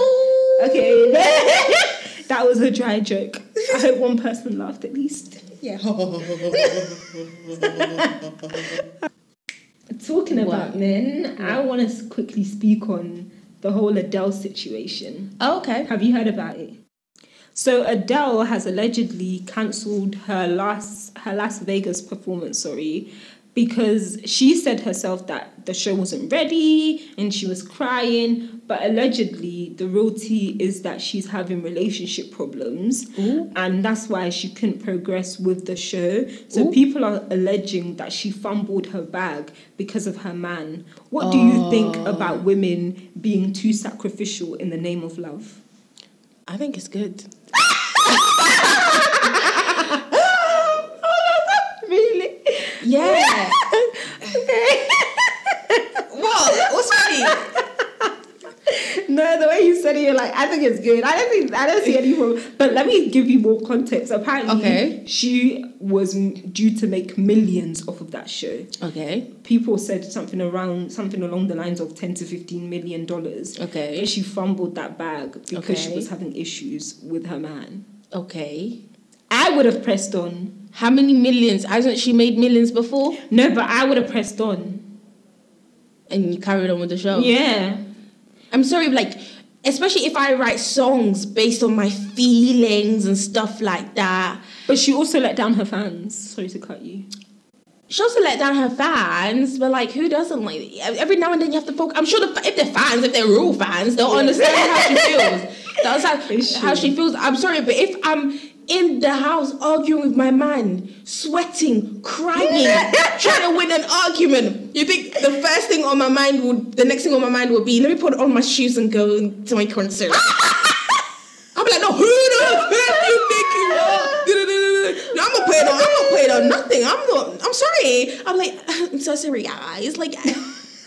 [SPEAKER 3] Okay, that was a dry joke. I hope one person laughed at least.
[SPEAKER 2] Yeah.
[SPEAKER 3] Talking about men, I want to quickly speak on the whole Adele situation.
[SPEAKER 2] Oh, okay.
[SPEAKER 3] Have you heard about it? So Adele has allegedly cancelled her last her Las Vegas performance, sorry, because she said herself that the show wasn't ready and she was crying, but allegedly the real tea is that she's having relationship problems and that's why she couldn't progress with the show. So people are alleging that she fumbled her bag because of her man. What do you think about women being too sacrificial in the name of love?
[SPEAKER 2] I think it's good.
[SPEAKER 3] Really?
[SPEAKER 2] Yeah. what? What's funny?
[SPEAKER 3] No, the way you said it, you're like, I think it's good. I don't think I don't see any problem. But let me give you more context. Apparently,
[SPEAKER 2] Okay.
[SPEAKER 3] she was m- due to make millions off of that show.
[SPEAKER 2] Okay.
[SPEAKER 3] People said something around something along the lines of ten to fifteen million dollars.
[SPEAKER 2] Okay.
[SPEAKER 3] but she fumbled that bag because she
[SPEAKER 2] Okay.
[SPEAKER 3] was having issues with her man.
[SPEAKER 2] Okay.
[SPEAKER 3] I would have pressed on.
[SPEAKER 2] How many millions? Hasn't she made millions before?
[SPEAKER 3] No, but I would have pressed on.
[SPEAKER 2] And you carried on with the show.
[SPEAKER 3] Yeah.
[SPEAKER 2] I'm sorry, like, especially if I write songs based on my feelings and stuff like that.
[SPEAKER 3] But she also let down her fans. Sorry to cut you.
[SPEAKER 2] She also let down her fans, but like, who doesn't like? Every now and then you have to focus. I'm sure the, fa- if they're fans, if they're real fans, they'll understand how she feels. They'll understand
[SPEAKER 3] It's
[SPEAKER 2] how
[SPEAKER 3] true.
[SPEAKER 2] she feels. I'm sorry, but if I'm in the house arguing with my man, sweating, crying, trying to win an argument, you think the first thing on my mind would, the next thing on my mind would be, let me put on my shoes and go to my concert. I'm like, no, who the hell you think you are? No, I'm gonna put it on. I'm gonna put it on nothing. I'm not. I'm sorry. I'm like, I'm so sorry, guys. Like, I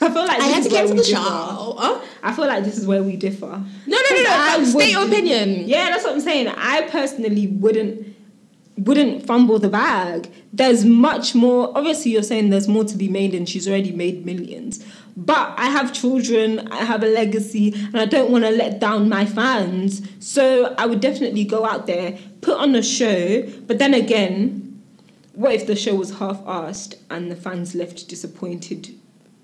[SPEAKER 3] I feel like this
[SPEAKER 2] had
[SPEAKER 3] is
[SPEAKER 2] to
[SPEAKER 3] where
[SPEAKER 2] cancel
[SPEAKER 3] we
[SPEAKER 2] the show.
[SPEAKER 3] differ.
[SPEAKER 2] Huh?
[SPEAKER 3] I feel like this is where we differ.
[SPEAKER 2] No, no, no, no.
[SPEAKER 3] I
[SPEAKER 2] but State your
[SPEAKER 3] would-
[SPEAKER 2] opinion.
[SPEAKER 3] Yeah, that's what I'm saying. I personally wouldn't wouldn't fumble the bag. There's much more. Obviously, you're saying there's more to be made, and she's already made millions. But I have children, I have a legacy, and I don't want to let down my fans. So I would definitely go out there, put on a show. But then again, what if the show was half-assed and the fans left disappointed?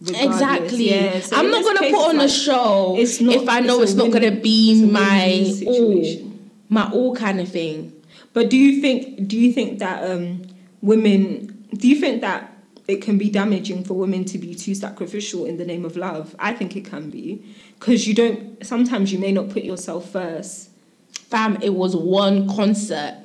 [SPEAKER 3] regardless?
[SPEAKER 2] Exactly.
[SPEAKER 3] Yeah, so
[SPEAKER 2] I'm
[SPEAKER 3] in
[SPEAKER 2] not
[SPEAKER 3] this
[SPEAKER 2] gonna
[SPEAKER 3] case,
[SPEAKER 2] put
[SPEAKER 3] it's
[SPEAKER 2] on a
[SPEAKER 3] like-
[SPEAKER 2] show
[SPEAKER 3] it's not-
[SPEAKER 2] if I know
[SPEAKER 3] it's
[SPEAKER 2] it's,
[SPEAKER 3] a
[SPEAKER 2] not gonna
[SPEAKER 3] win-
[SPEAKER 2] be
[SPEAKER 3] it's a
[SPEAKER 2] my
[SPEAKER 3] win-win
[SPEAKER 2] all,
[SPEAKER 3] situation.
[SPEAKER 2] my all kind of thing.
[SPEAKER 3] But do you think do you think that um, women do you think that it can be damaging for women to be too sacrificial in the name of love? I think it can be because you don't sometimes you may not put yourself first.
[SPEAKER 2] fam, it was one concert.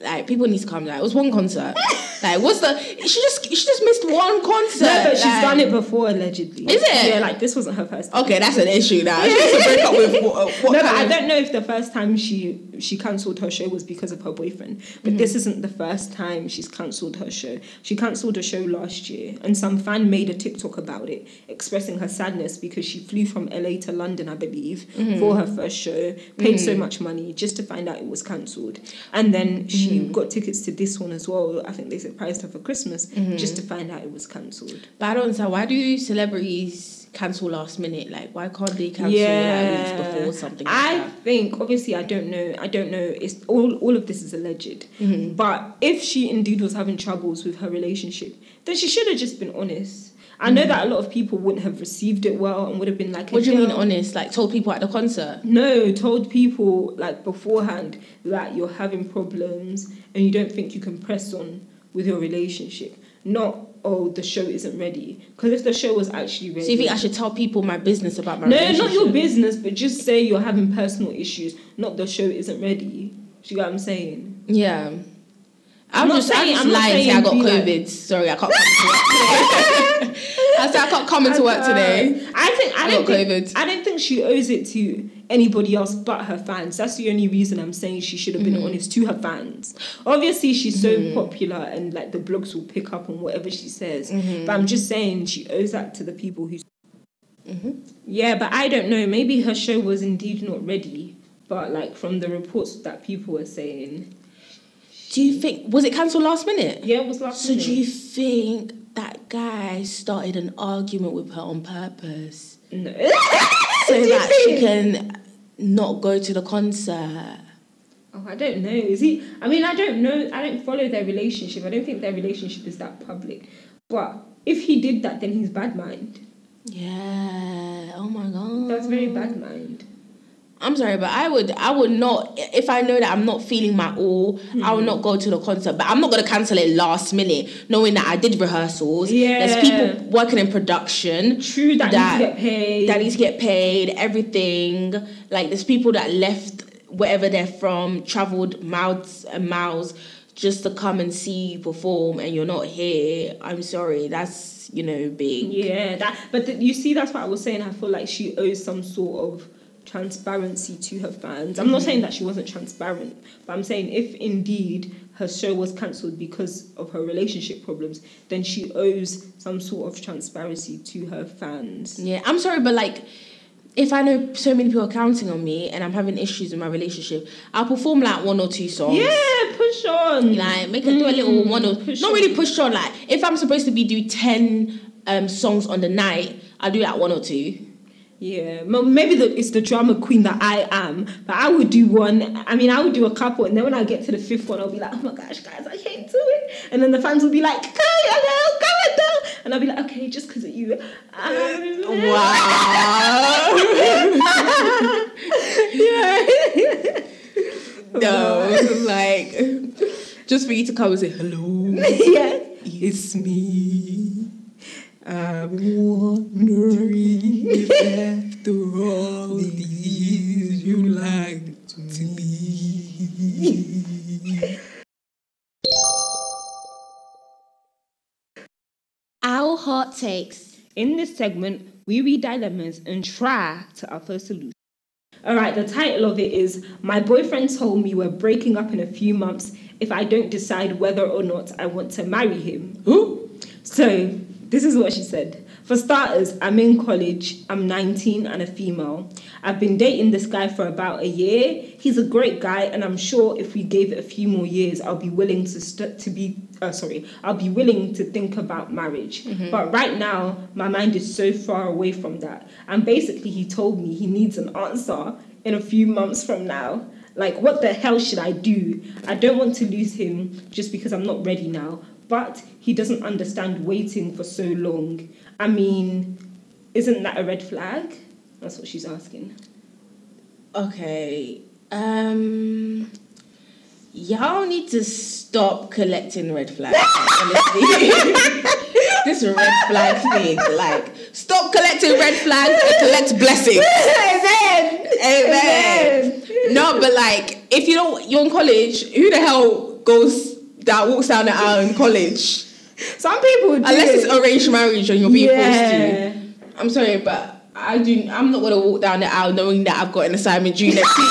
[SPEAKER 2] Like people need to calm down. It was one concert. like what's the? She just she just missed one concert.
[SPEAKER 3] No, but she's
[SPEAKER 2] like-
[SPEAKER 3] done it before allegedly.
[SPEAKER 2] Is it?
[SPEAKER 3] Yeah, like this wasn't her first. time.
[SPEAKER 2] Okay, that's an issue now. She needs to break up with what, what
[SPEAKER 3] no, but I
[SPEAKER 2] kind of-
[SPEAKER 3] don't know if the first time she she cancelled her show was because of her boyfriend. But
[SPEAKER 2] Mm-hmm.
[SPEAKER 3] this isn't the first time she's cancelled her show. She cancelled a show last year, and some fan made a TikTok about it, expressing her sadness because she flew from LA to London, I believe,
[SPEAKER 2] Mm-hmm.
[SPEAKER 3] for her first show, paid so much money just to find out it was cancelled, and then she
[SPEAKER 2] Mm-hmm.
[SPEAKER 3] got tickets to this one as well. I think they surprised her for Christmas
[SPEAKER 2] Mm-hmm.
[SPEAKER 3] just to find out it was cancelled.
[SPEAKER 2] But I don't understand why do celebrities cancel last minute? Like why can't they cancel like weeks before or something? Like
[SPEAKER 3] I
[SPEAKER 2] that?
[SPEAKER 3] think obviously I don't know. I don't know. It's all all of this is alleged.
[SPEAKER 2] Mm-hmm.
[SPEAKER 3] But if she indeed was having troubles with her relationship, then she should have just been honest. I know that a lot of people wouldn't have received it well and would have been like,
[SPEAKER 2] Mm-hmm. What do you mean
[SPEAKER 3] "Adele,
[SPEAKER 2] honest? Like told people at the concert.
[SPEAKER 3] no, told people like beforehand that you're having problems and you don't think you can press on with your relationship. Not oh the show isn't ready because if the show was actually ready,
[SPEAKER 2] So you think I should tell people my business about my
[SPEAKER 3] no,
[SPEAKER 2] relationship?
[SPEAKER 3] not your business, but just say you're having personal issues. Not the show isn't ready. Do you get what I'm saying?
[SPEAKER 2] Yeah. I'm,
[SPEAKER 3] I'm not
[SPEAKER 2] just,
[SPEAKER 3] saying-
[SPEAKER 2] I'm just
[SPEAKER 3] I'm not
[SPEAKER 2] lying.
[SPEAKER 3] saying
[SPEAKER 2] Saying I got
[SPEAKER 3] be like-
[SPEAKER 2] COVID. Sorry, I can't come to work today. I said I can't come into work today.
[SPEAKER 3] I think I
[SPEAKER 2] I got
[SPEAKER 3] don't think,
[SPEAKER 2] COVID.
[SPEAKER 3] I don't think she owes it to anybody else but her fans. That's the only reason I'm saying she should have
[SPEAKER 2] Mm-hmm.
[SPEAKER 3] been honest to her fans. Obviously, she's so popular and like the blogs will pick up on whatever she says.
[SPEAKER 2] Mm-hmm.
[SPEAKER 3] But I'm just saying she owes that to the people who.
[SPEAKER 2] Mm-hmm.
[SPEAKER 3] Yeah, but I don't know. Maybe her show was indeed not ready. But like from the reports that people were saying,
[SPEAKER 2] Do you think was it cancelled last minute?
[SPEAKER 3] yeah, it was last
[SPEAKER 2] So
[SPEAKER 3] minute.
[SPEAKER 2] do you think that guy started an argument with her on purpose
[SPEAKER 3] No.
[SPEAKER 2] so
[SPEAKER 3] Do you
[SPEAKER 2] that she
[SPEAKER 3] think?
[SPEAKER 2] can not go to the concert?
[SPEAKER 3] Oh, I don't know. Is he? I mean, I don't know. I don't follow their relationship. I don't think their relationship is that public. But if he did that, then he's bad mind.
[SPEAKER 4] Yeah. Oh my god.
[SPEAKER 3] That's very bad mind.
[SPEAKER 4] I'm sorry, but I would I would not if I know that I'm not feeling my all, I will not go to the concert. But I'm not gonna cancel it last minute, knowing that I did rehearsals. There's
[SPEAKER 3] Yeah.
[SPEAKER 4] people working in production.
[SPEAKER 3] True, that, needs to get paid.
[SPEAKER 4] That needs to get paid, everything. Like there's people that left wherever they're from, travelled miles and miles just to come and see you perform and you're not here. I'm sorry, that's you know, big.
[SPEAKER 3] Yeah, that. But th- you see, that's what I was saying. I feel like she owes some sort of transparency to her fans. I'm not saying that she wasn't transparent, but I'm saying if indeed her show was cancelled because of her relationship problems, then she owes some sort of transparency to her fans.
[SPEAKER 4] Yeah, I'm sorry, but like, if I know so many people are counting on me and I'm having issues in my relationship, I'll perform like one or two songs.
[SPEAKER 3] Yeah, push on.
[SPEAKER 4] Like, make her do a little one or
[SPEAKER 3] push
[SPEAKER 4] not
[SPEAKER 3] on.
[SPEAKER 4] really push on. Like, if I'm supposed to be do ten um songs on the night, I'll do like one or two.
[SPEAKER 3] Yeah, mo- maybe the, it's the drama queen that I am, but I would do one. I mean, I would do a couple, and then when I get to the fifth one, I'll be like, oh my gosh, guys, I can't do it. And then the fans will be like, "Go, hello, go, hello," and I'll be like, okay, just because of you. Um,
[SPEAKER 2] No, like just for you to come and say hello,
[SPEAKER 3] yeah.
[SPEAKER 2] it's me. I'm wondering if after all these you like to be.
[SPEAKER 4] Our hot takes.
[SPEAKER 3] In this segment, we read dilemmas and try to offer solutions. All right, the title of it is My Boyfriend Told Me We're Breaking Up in a Few Months If I Don't Decide Whether or Not I Want to Marry Him. Who? So, this is what she said. For starters, I'm in college, I'm 19 and a female. I've been dating this guy for about a year. He's a great guy, and I'm sure if we gave it a few more years, I'll be willing to st- to be uh, sorry, I'll be willing to think about marriage. But right now, my mind is so far away from that. And basically, he told me he needs an answer in a few months from now. Like, what the hell should I do? I don't want to lose him just because I'm not ready now. But he doesn't understand waiting for so long. I mean, isn't that a red flag? That's what she's asking.
[SPEAKER 4] Okay. Um. Y'all need to stop collecting red flags. Honestly, this red flag thing, like,
[SPEAKER 2] Stop collecting red flags and collect blessings. Amen. No, but like, if you don't, you're in college. Who the hell goes that walks down the aisle in college?
[SPEAKER 3] Some people do.
[SPEAKER 2] Unless
[SPEAKER 3] it.
[SPEAKER 2] it's arranged marriage and you're being
[SPEAKER 3] Yeah.
[SPEAKER 2] forced to. I'm sorry, but I do. I'm not gonna walk down the aisle knowing that I've got an assignment due next week.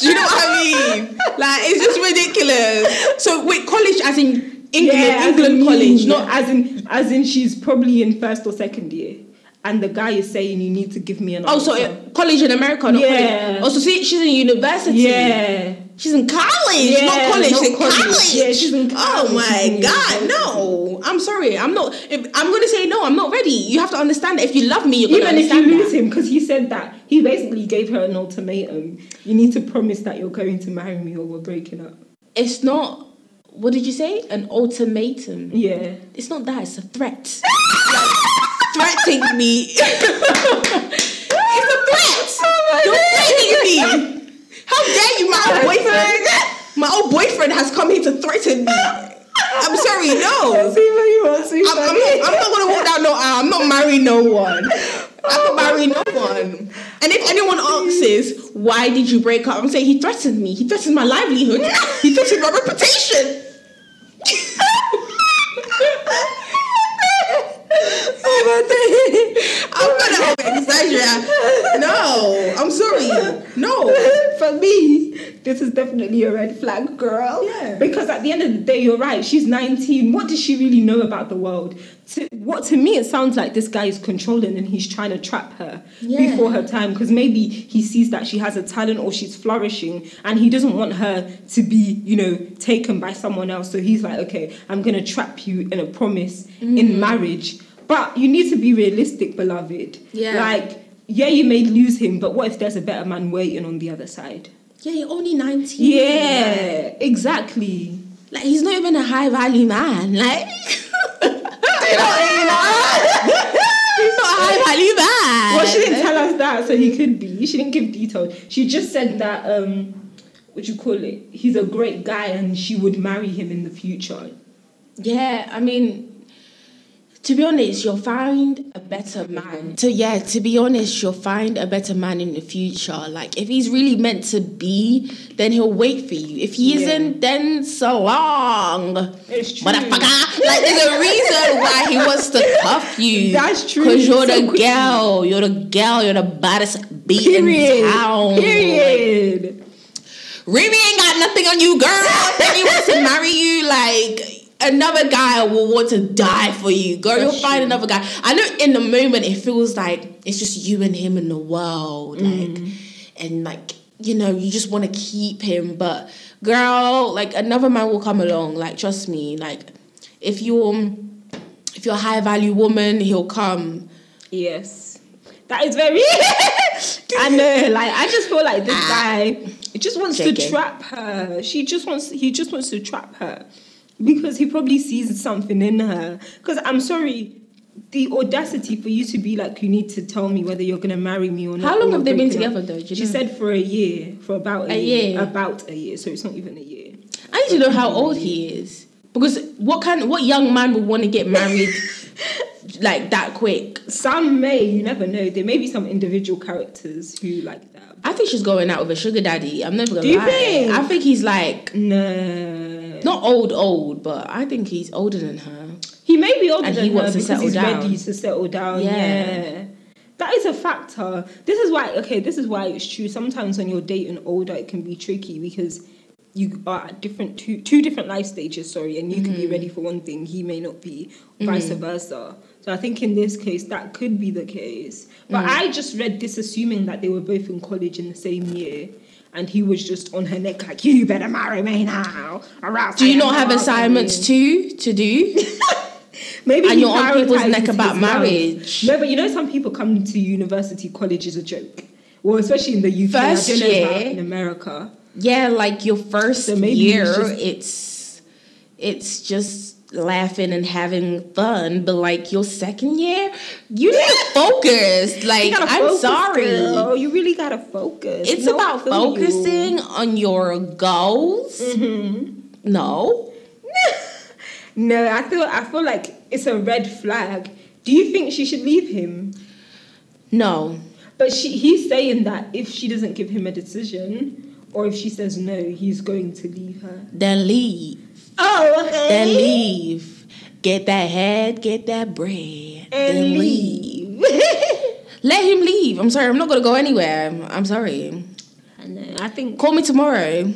[SPEAKER 2] do you know what I mean? Like, it's just ridiculous. So wait, college as in England,
[SPEAKER 3] as
[SPEAKER 2] England
[SPEAKER 3] in
[SPEAKER 2] college,
[SPEAKER 3] me,
[SPEAKER 2] not
[SPEAKER 3] as in as in she's probably in first or second year, and the guy is saying you need to give me an.
[SPEAKER 4] Oh, so
[SPEAKER 3] answer."
[SPEAKER 4] uh, college in America, not
[SPEAKER 3] Yeah.
[SPEAKER 4] college. Oh, so see, she's in university.
[SPEAKER 3] yeah,
[SPEAKER 4] She's in college,
[SPEAKER 3] Yeah,
[SPEAKER 4] not college.
[SPEAKER 3] not
[SPEAKER 4] in
[SPEAKER 3] college.
[SPEAKER 4] college.
[SPEAKER 3] Yeah, she's in college,
[SPEAKER 4] Oh
[SPEAKER 3] she's in
[SPEAKER 4] my god, no. I'm sorry. I'm not. If, I'm gonna say no. I'm not ready. You have to understand that if you love me, you're gonna
[SPEAKER 3] even if you
[SPEAKER 4] understand
[SPEAKER 3] lose
[SPEAKER 4] that.
[SPEAKER 3] him, because he said that he basically gave her an ultimatum. You need to promise that you're going to marry me, or we're breaking up.
[SPEAKER 4] It's not. What did you say? An ultimatum.
[SPEAKER 3] Yeah,
[SPEAKER 4] It's not that. It's a threat.
[SPEAKER 2] threatening me. it's a threat.
[SPEAKER 3] Oh
[SPEAKER 2] you're threatening me. How dare you, my old boyfriend? My old boyfriend has come here to threaten me. I'm sorry, no.
[SPEAKER 3] see what you want to
[SPEAKER 2] I'm, I'm, not, I'm not gonna walk down no aisle. I'm not marrying no one. I'm not marrying no one. And if anyone asks, why did you break up? I'm saying he threatened me. He threatened my livelihood. He threatened my reputation. Oh, I'm gonna over-exaggerate. No, I'm sorry. No.
[SPEAKER 3] for me, this is definitely a red flag, girl.
[SPEAKER 2] Yeah.
[SPEAKER 3] Because at the end of the day, you're right. She's 19. What does she really know about the world? To, what to me, it sounds like this guy is controlling and he's trying to trap her before her time. Because maybe he sees that she has a talent or she's flourishing, and he doesn't want her to be, you know, taken by someone else. So he's like, okay, I'm gonna trap you in a promise
[SPEAKER 2] Mm.
[SPEAKER 3] in marriage. But you need to be realistic, beloved.
[SPEAKER 4] Yeah.
[SPEAKER 3] Like, yeah, you may lose him, but what if there's a better man waiting on the other side?
[SPEAKER 4] Yeah, you're only nineteen.
[SPEAKER 3] Yeah, exactly.
[SPEAKER 4] Like he's not even a high value man. Like.
[SPEAKER 3] Well, she didn't tell us that, so he could be. She didn't give details. She just said that, um, what you call it? He's a great guy, and she would marry him in the future.
[SPEAKER 2] Yeah, I mean, to be honest, you'll find a better man. So yeah, to be honest, you'll find a better man in the future. Like if he's really meant to be, then he'll wait for you. If he
[SPEAKER 3] Yeah.
[SPEAKER 2] isn't, then so long.
[SPEAKER 3] It's true.
[SPEAKER 2] Motherfucker, like there's a reason why he wants to cuff you.
[SPEAKER 3] That's true.
[SPEAKER 2] Cause you're
[SPEAKER 3] So
[SPEAKER 2] the
[SPEAKER 3] quickly.
[SPEAKER 2] girl. You're the girl. You're the baddest beat in
[SPEAKER 3] Period.
[SPEAKER 2] town.
[SPEAKER 3] Period.
[SPEAKER 2] Remy ain't got nothing on you, girl. If he wants to marry you, like another guy will want to die for you, girl. You'll find another guy. I know in the moment it feels like it's just you and him in the world,
[SPEAKER 3] Mm.
[SPEAKER 2] like, and like you know you just want to keep him, but girl, like another man will come along. Like trust me, like if you're if you're a high value woman, he'll come.
[SPEAKER 3] Yes. That is very. I know. Like I just feel like this
[SPEAKER 2] Ah.
[SPEAKER 3] guy he just wants
[SPEAKER 2] Shaking.
[SPEAKER 3] to trap her. She just wants. He just wants to trap her because he probably sees something in her. Because I'm sorry. The audacity for you to be like, you need to tell me whether you're gonna marry me or not.
[SPEAKER 2] How long
[SPEAKER 3] or
[SPEAKER 2] have they been
[SPEAKER 3] breaking up."
[SPEAKER 2] together, though? Do you
[SPEAKER 3] She
[SPEAKER 2] know?
[SPEAKER 3] said for a year, for about a,
[SPEAKER 2] A
[SPEAKER 3] year.
[SPEAKER 2] year.
[SPEAKER 3] about a year. So it's not even a year.
[SPEAKER 2] I need to know how old he is because what kind, what young man would want to get married like that quick?
[SPEAKER 3] Some may, you never know. There may be some individual characters who like that.
[SPEAKER 2] I think she's going out with a sugar daddy. I'm never gonna
[SPEAKER 3] Do you
[SPEAKER 2] lie.
[SPEAKER 3] think?
[SPEAKER 2] I think he's like
[SPEAKER 3] No.
[SPEAKER 2] not old, old, but I think he's older than her.
[SPEAKER 3] He may be older
[SPEAKER 2] And
[SPEAKER 3] than
[SPEAKER 2] he
[SPEAKER 3] her
[SPEAKER 2] wants to
[SPEAKER 3] because
[SPEAKER 2] settle
[SPEAKER 3] he's
[SPEAKER 2] down.
[SPEAKER 3] ready to settle down.
[SPEAKER 2] Yeah.
[SPEAKER 3] Yeah. That is a factor. This is why okay, this is why it's true. Sometimes when you're dating older it can be tricky because you are at different two two different life stages, sorry, and you can
[SPEAKER 2] Mm-hmm.
[SPEAKER 3] be ready for one thing, he may not be, vice versa. So I think in this case that could be the case.
[SPEAKER 2] Mm.
[SPEAKER 3] But I just read this assuming that they were both in college in the same year. And he was just on her neck like, "You better marry me now." or else
[SPEAKER 2] Do
[SPEAKER 3] I
[SPEAKER 2] you
[SPEAKER 3] am
[SPEAKER 2] not have
[SPEAKER 3] marrying
[SPEAKER 2] assignments
[SPEAKER 3] you."
[SPEAKER 2] too to do?
[SPEAKER 3] Maybe
[SPEAKER 2] And
[SPEAKER 3] he
[SPEAKER 2] you're on people's
[SPEAKER 3] prioritises
[SPEAKER 2] neck about
[SPEAKER 3] his love.
[SPEAKER 2] marriage.
[SPEAKER 3] No, but you know, some people come to university, college is a joke. Well, especially in the UK.
[SPEAKER 2] First
[SPEAKER 3] I don't know about
[SPEAKER 2] year.
[SPEAKER 3] in America.
[SPEAKER 2] Yeah, like your first
[SPEAKER 3] So maybe
[SPEAKER 2] year,
[SPEAKER 3] he's just-
[SPEAKER 2] it's it's just laughing and having fun, but like your second year, you need to focus. Like
[SPEAKER 3] You gotta
[SPEAKER 2] I'm
[SPEAKER 3] focus,
[SPEAKER 2] sorry.
[SPEAKER 3] girl. You really gotta focus.
[SPEAKER 2] It's
[SPEAKER 3] No, I
[SPEAKER 2] about
[SPEAKER 3] feel you.
[SPEAKER 2] focusing Mm-hmm. on your goals. No.
[SPEAKER 3] No, I feel I feel like it's a red flag. Do you think she should leave him?
[SPEAKER 2] No.
[SPEAKER 3] But she, he's saying that if she doesn't give him a decision, or if she says no, he's going to leave her.
[SPEAKER 2] Then leave.
[SPEAKER 3] Oh, okay.
[SPEAKER 2] Then leave. Get that head, get that bread.
[SPEAKER 3] And
[SPEAKER 2] then leave. Let him leave. I'm sorry, I'm not gonna go anywhere. I'm sorry.
[SPEAKER 3] I know. I think
[SPEAKER 2] Call me tomorrow.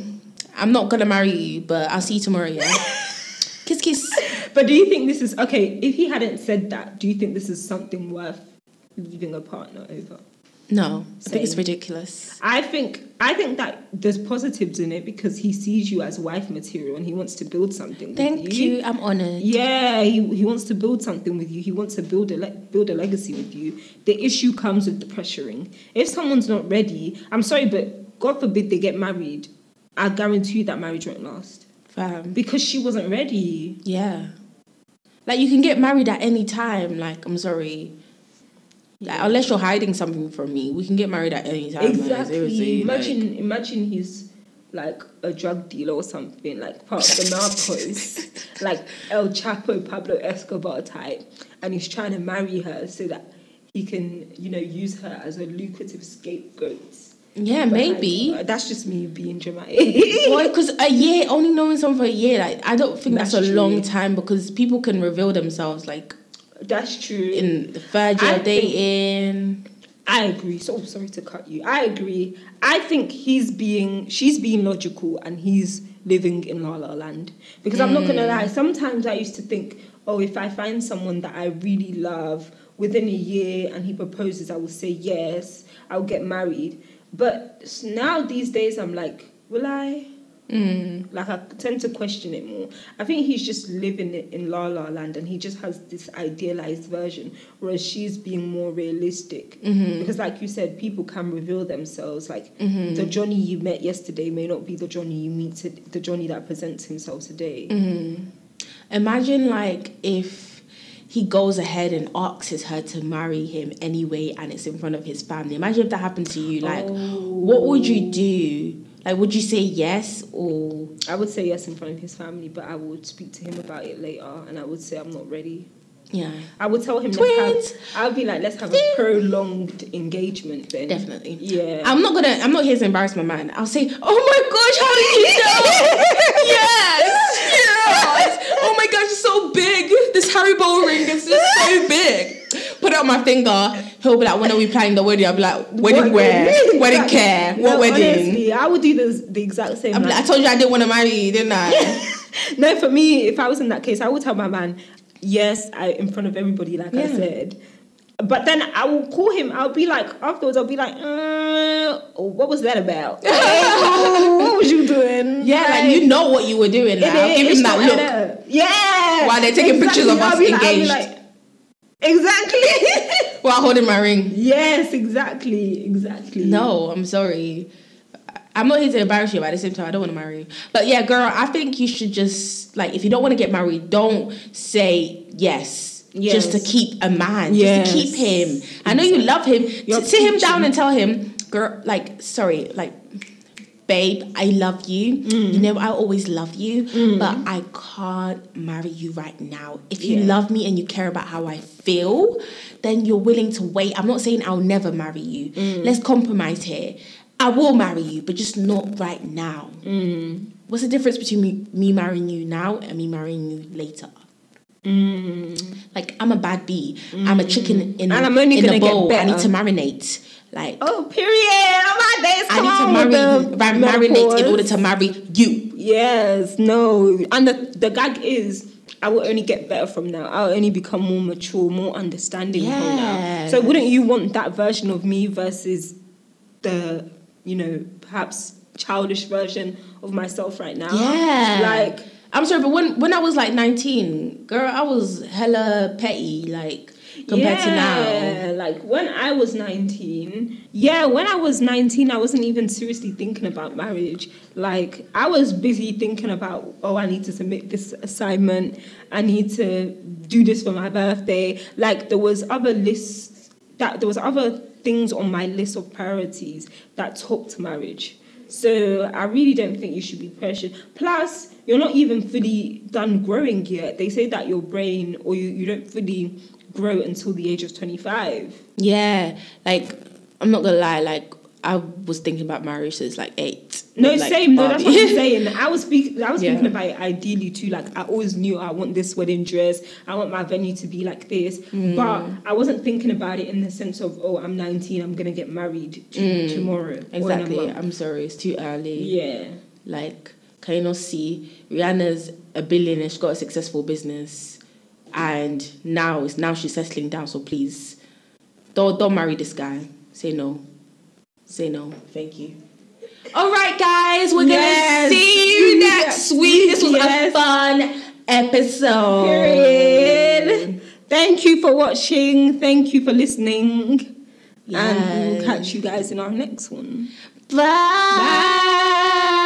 [SPEAKER 2] I'm not gonna marry you, but I'll see you tomorrow, yeah? kiss, kiss.
[SPEAKER 3] But do you think this is okay? If he hadn't said that, do you think this is something worth leaving a partner over?
[SPEAKER 2] No, I think it's
[SPEAKER 3] Same.
[SPEAKER 2] ridiculous.
[SPEAKER 3] I think I think that there's positives in it because he sees you as wife material and he wants to build something. with
[SPEAKER 2] Thank you. I'm honored.
[SPEAKER 3] Yeah, he, he wants to build something with you. He wants to build a le- build a legacy with you. The issue comes with the pressuring. If someone's not ready, I'm sorry, but God forbid they get married, I guarantee you that marriage won't last
[SPEAKER 2] Fam.
[SPEAKER 3] because she wasn't ready.
[SPEAKER 2] Yeah. Like you can get married at any time. Like I'm sorry. Like unless you're hiding something from me, we can get married at any time. Like, seriously.
[SPEAKER 3] Exactly.
[SPEAKER 2] like-
[SPEAKER 3] Imagine, imagine he's like a drug dealer or something, like part of the Narcos, like El Chapo, Pablo Escobar type, and he's trying to marry her so that he can, you know, use her as a lucrative scapegoat.
[SPEAKER 2] yeah,
[SPEAKER 3] But, like,
[SPEAKER 2] maybe.
[SPEAKER 3] uh, that's just me being dramatic.
[SPEAKER 2] Because a year, only knowing someone for a year, like I don't think that's,
[SPEAKER 3] That's
[SPEAKER 2] a
[SPEAKER 3] true.
[SPEAKER 2] long time because people can reveal themselves like
[SPEAKER 3] that's true.
[SPEAKER 2] in the third year
[SPEAKER 3] I
[SPEAKER 2] of dating.
[SPEAKER 3] I agree. So oh, sorry to cut you. I agree. I think he's being, she's being logical, and he's living in la la land. Because I'm not gonna lie. Sometimes I used to think, oh, if I find someone that I really love within a year and he proposes, I will say yes. I'll get married. But s- now these days, I'm like, will I?
[SPEAKER 2] Mm.
[SPEAKER 3] Like I tend to question it more. I think he's just living it in La La Land, and he just has this idealized version, whereas she's being more realistic.
[SPEAKER 2] Mm-hmm.
[SPEAKER 3] Because, like you said, people can reveal themselves. Like the Johnny you met yesterday may not be the Johnny you meet, to,
[SPEAKER 2] Mm-hmm.
[SPEAKER 3] the Johnny that presents himself today.
[SPEAKER 2] Imagine like if he goes ahead and asks her to marry him anyway, and it's in front of his family. Imagine if that happened to you. Like, what would you do? Like, would you say yes or?
[SPEAKER 3] I would say yes in front of his family, but I would speak to him about it later, and I would say I'm not ready.
[SPEAKER 2] Yeah,
[SPEAKER 3] I would tell him.
[SPEAKER 2] Twins.
[SPEAKER 3] Let's have, I would be like, let's have a prolonged engagement. Then
[SPEAKER 2] definitely.
[SPEAKER 3] Yeah.
[SPEAKER 2] I'm not gonna. I'm not here to embarrass my man. I'll say, oh my gosh, how did you know? yes, yes. Oh my gosh, it's so big. This Harry Bowl ring is just so big. Put it on my finger. He'll be like, when are we planning the wedding? I'll be like, wedding
[SPEAKER 3] What
[SPEAKER 2] where?
[SPEAKER 3] wedding?
[SPEAKER 2] Wedding care? What
[SPEAKER 3] No,
[SPEAKER 2] wedding?
[SPEAKER 3] honestly, I would do the, the exact same.
[SPEAKER 2] I'm
[SPEAKER 3] like-
[SPEAKER 2] like, I told you I didn't want to marry you, didn't I?
[SPEAKER 3] no, for me, if I was in that case, I would tell my man, yes, I in front of everybody, like I
[SPEAKER 2] Yeah.
[SPEAKER 3] said. But then I will call him. I'll be like afterwards. I'll be like, uh, what was that about? what was you doing?
[SPEAKER 2] Yeah, like you know what you were doing. Like, I'll give him that look.
[SPEAKER 3] look. Yeah.
[SPEAKER 2] While they're taking pictures of us
[SPEAKER 3] I'll be like- I'll be
[SPEAKER 2] engaged.
[SPEAKER 3] like, exactly.
[SPEAKER 2] While holding my ring.
[SPEAKER 3] yes, exactly, exactly.
[SPEAKER 2] No, I'm sorry. I'm not here to embarrass you, but at the same time, I don't want to marry you. But yeah, girl, I think you should just like if you don't want to get married, don't say yes. Just to
[SPEAKER 3] Yes.
[SPEAKER 2] keep a man,
[SPEAKER 3] Yes.
[SPEAKER 2] just to keep him. I know you love him.
[SPEAKER 3] You're
[SPEAKER 2] T- sit him down and tell him, girl, like, sorry, like, babe, I love you. You know, I always love you, but I can't marry you right now. If you love me and you care about how I feel, then you're willing to wait. I'm not saying I'll never marry you. Let's compromise here. I will marry you, but just not right now. What's the difference between me, me marrying you now and me marrying you later? Like I'm a bad bee. I'm a chicken in
[SPEAKER 3] Mm. And I'm only
[SPEAKER 2] in a
[SPEAKER 3] gonna get
[SPEAKER 2] bowl. I need
[SPEAKER 3] better.
[SPEAKER 2] to marinate. Like
[SPEAKER 3] Oh, period. Oh my days.
[SPEAKER 2] I
[SPEAKER 3] Come on
[SPEAKER 2] need to marry you,
[SPEAKER 3] with the
[SPEAKER 2] mar- marinate in
[SPEAKER 3] menopause.
[SPEAKER 2] order to marry you.
[SPEAKER 3] Yes, no. And the, the gag is, I will only get better from now. I'll only become more mature, more understanding from now.
[SPEAKER 2] Yeah.
[SPEAKER 3] So wouldn't you want that version of me versus the, you know, perhaps childish version of myself right now?
[SPEAKER 2] Yeah.
[SPEAKER 3] Oh, Like,
[SPEAKER 2] I'm sorry, but when when I was like 19, girl, I was hella petty, like compared to now.
[SPEAKER 3] yeah, Like when I was 19, yeah, when I was 19, I wasn't even seriously thinking about marriage. Like I was busy thinking about, oh, I need to submit this assignment, I need to do this for my birthday. Like there was other lists that there was other things on my list of priorities that topped marriage. So I really don't think you should be pressured. Plus, you're not even fully done growing yet. They say that your brain or you, you don't fully grow until the age of 25.
[SPEAKER 2] Yeah, like I'm not gonna lie, like I was thinking about marriage since like eight.
[SPEAKER 3] No,
[SPEAKER 2] Like,
[SPEAKER 3] same. No, that's what
[SPEAKER 2] Barbie.
[SPEAKER 3] I'm saying. I was speaking. I was
[SPEAKER 2] Yeah.
[SPEAKER 3] speaking about it ideally too. Like I always knew I want this wedding dress. I want my venue to be like this.
[SPEAKER 2] Mm.
[SPEAKER 3] But I wasn't thinking about it in the sense of oh, I'm 19. I'm gonna get married t- tomorrow. or in a
[SPEAKER 2] Mm. Exactly.
[SPEAKER 3] month.
[SPEAKER 2] I'm sorry, it's too early.
[SPEAKER 3] Yeah.
[SPEAKER 2] Like, can you not see Rihanna's a billionaire? She got a successful business, and now it's now she's settling down. So please, don't don't marry this guy. Say no. Say no. Thank you. All right, guys, we're
[SPEAKER 3] Yes.
[SPEAKER 2] gonna see you next week. This was
[SPEAKER 3] Yes.
[SPEAKER 2] a fun episode.
[SPEAKER 3] Period. Thank you for watching. Thank you for listening. And we'll
[SPEAKER 2] Yes.
[SPEAKER 3] catch you guys in our next one.
[SPEAKER 2] Bye.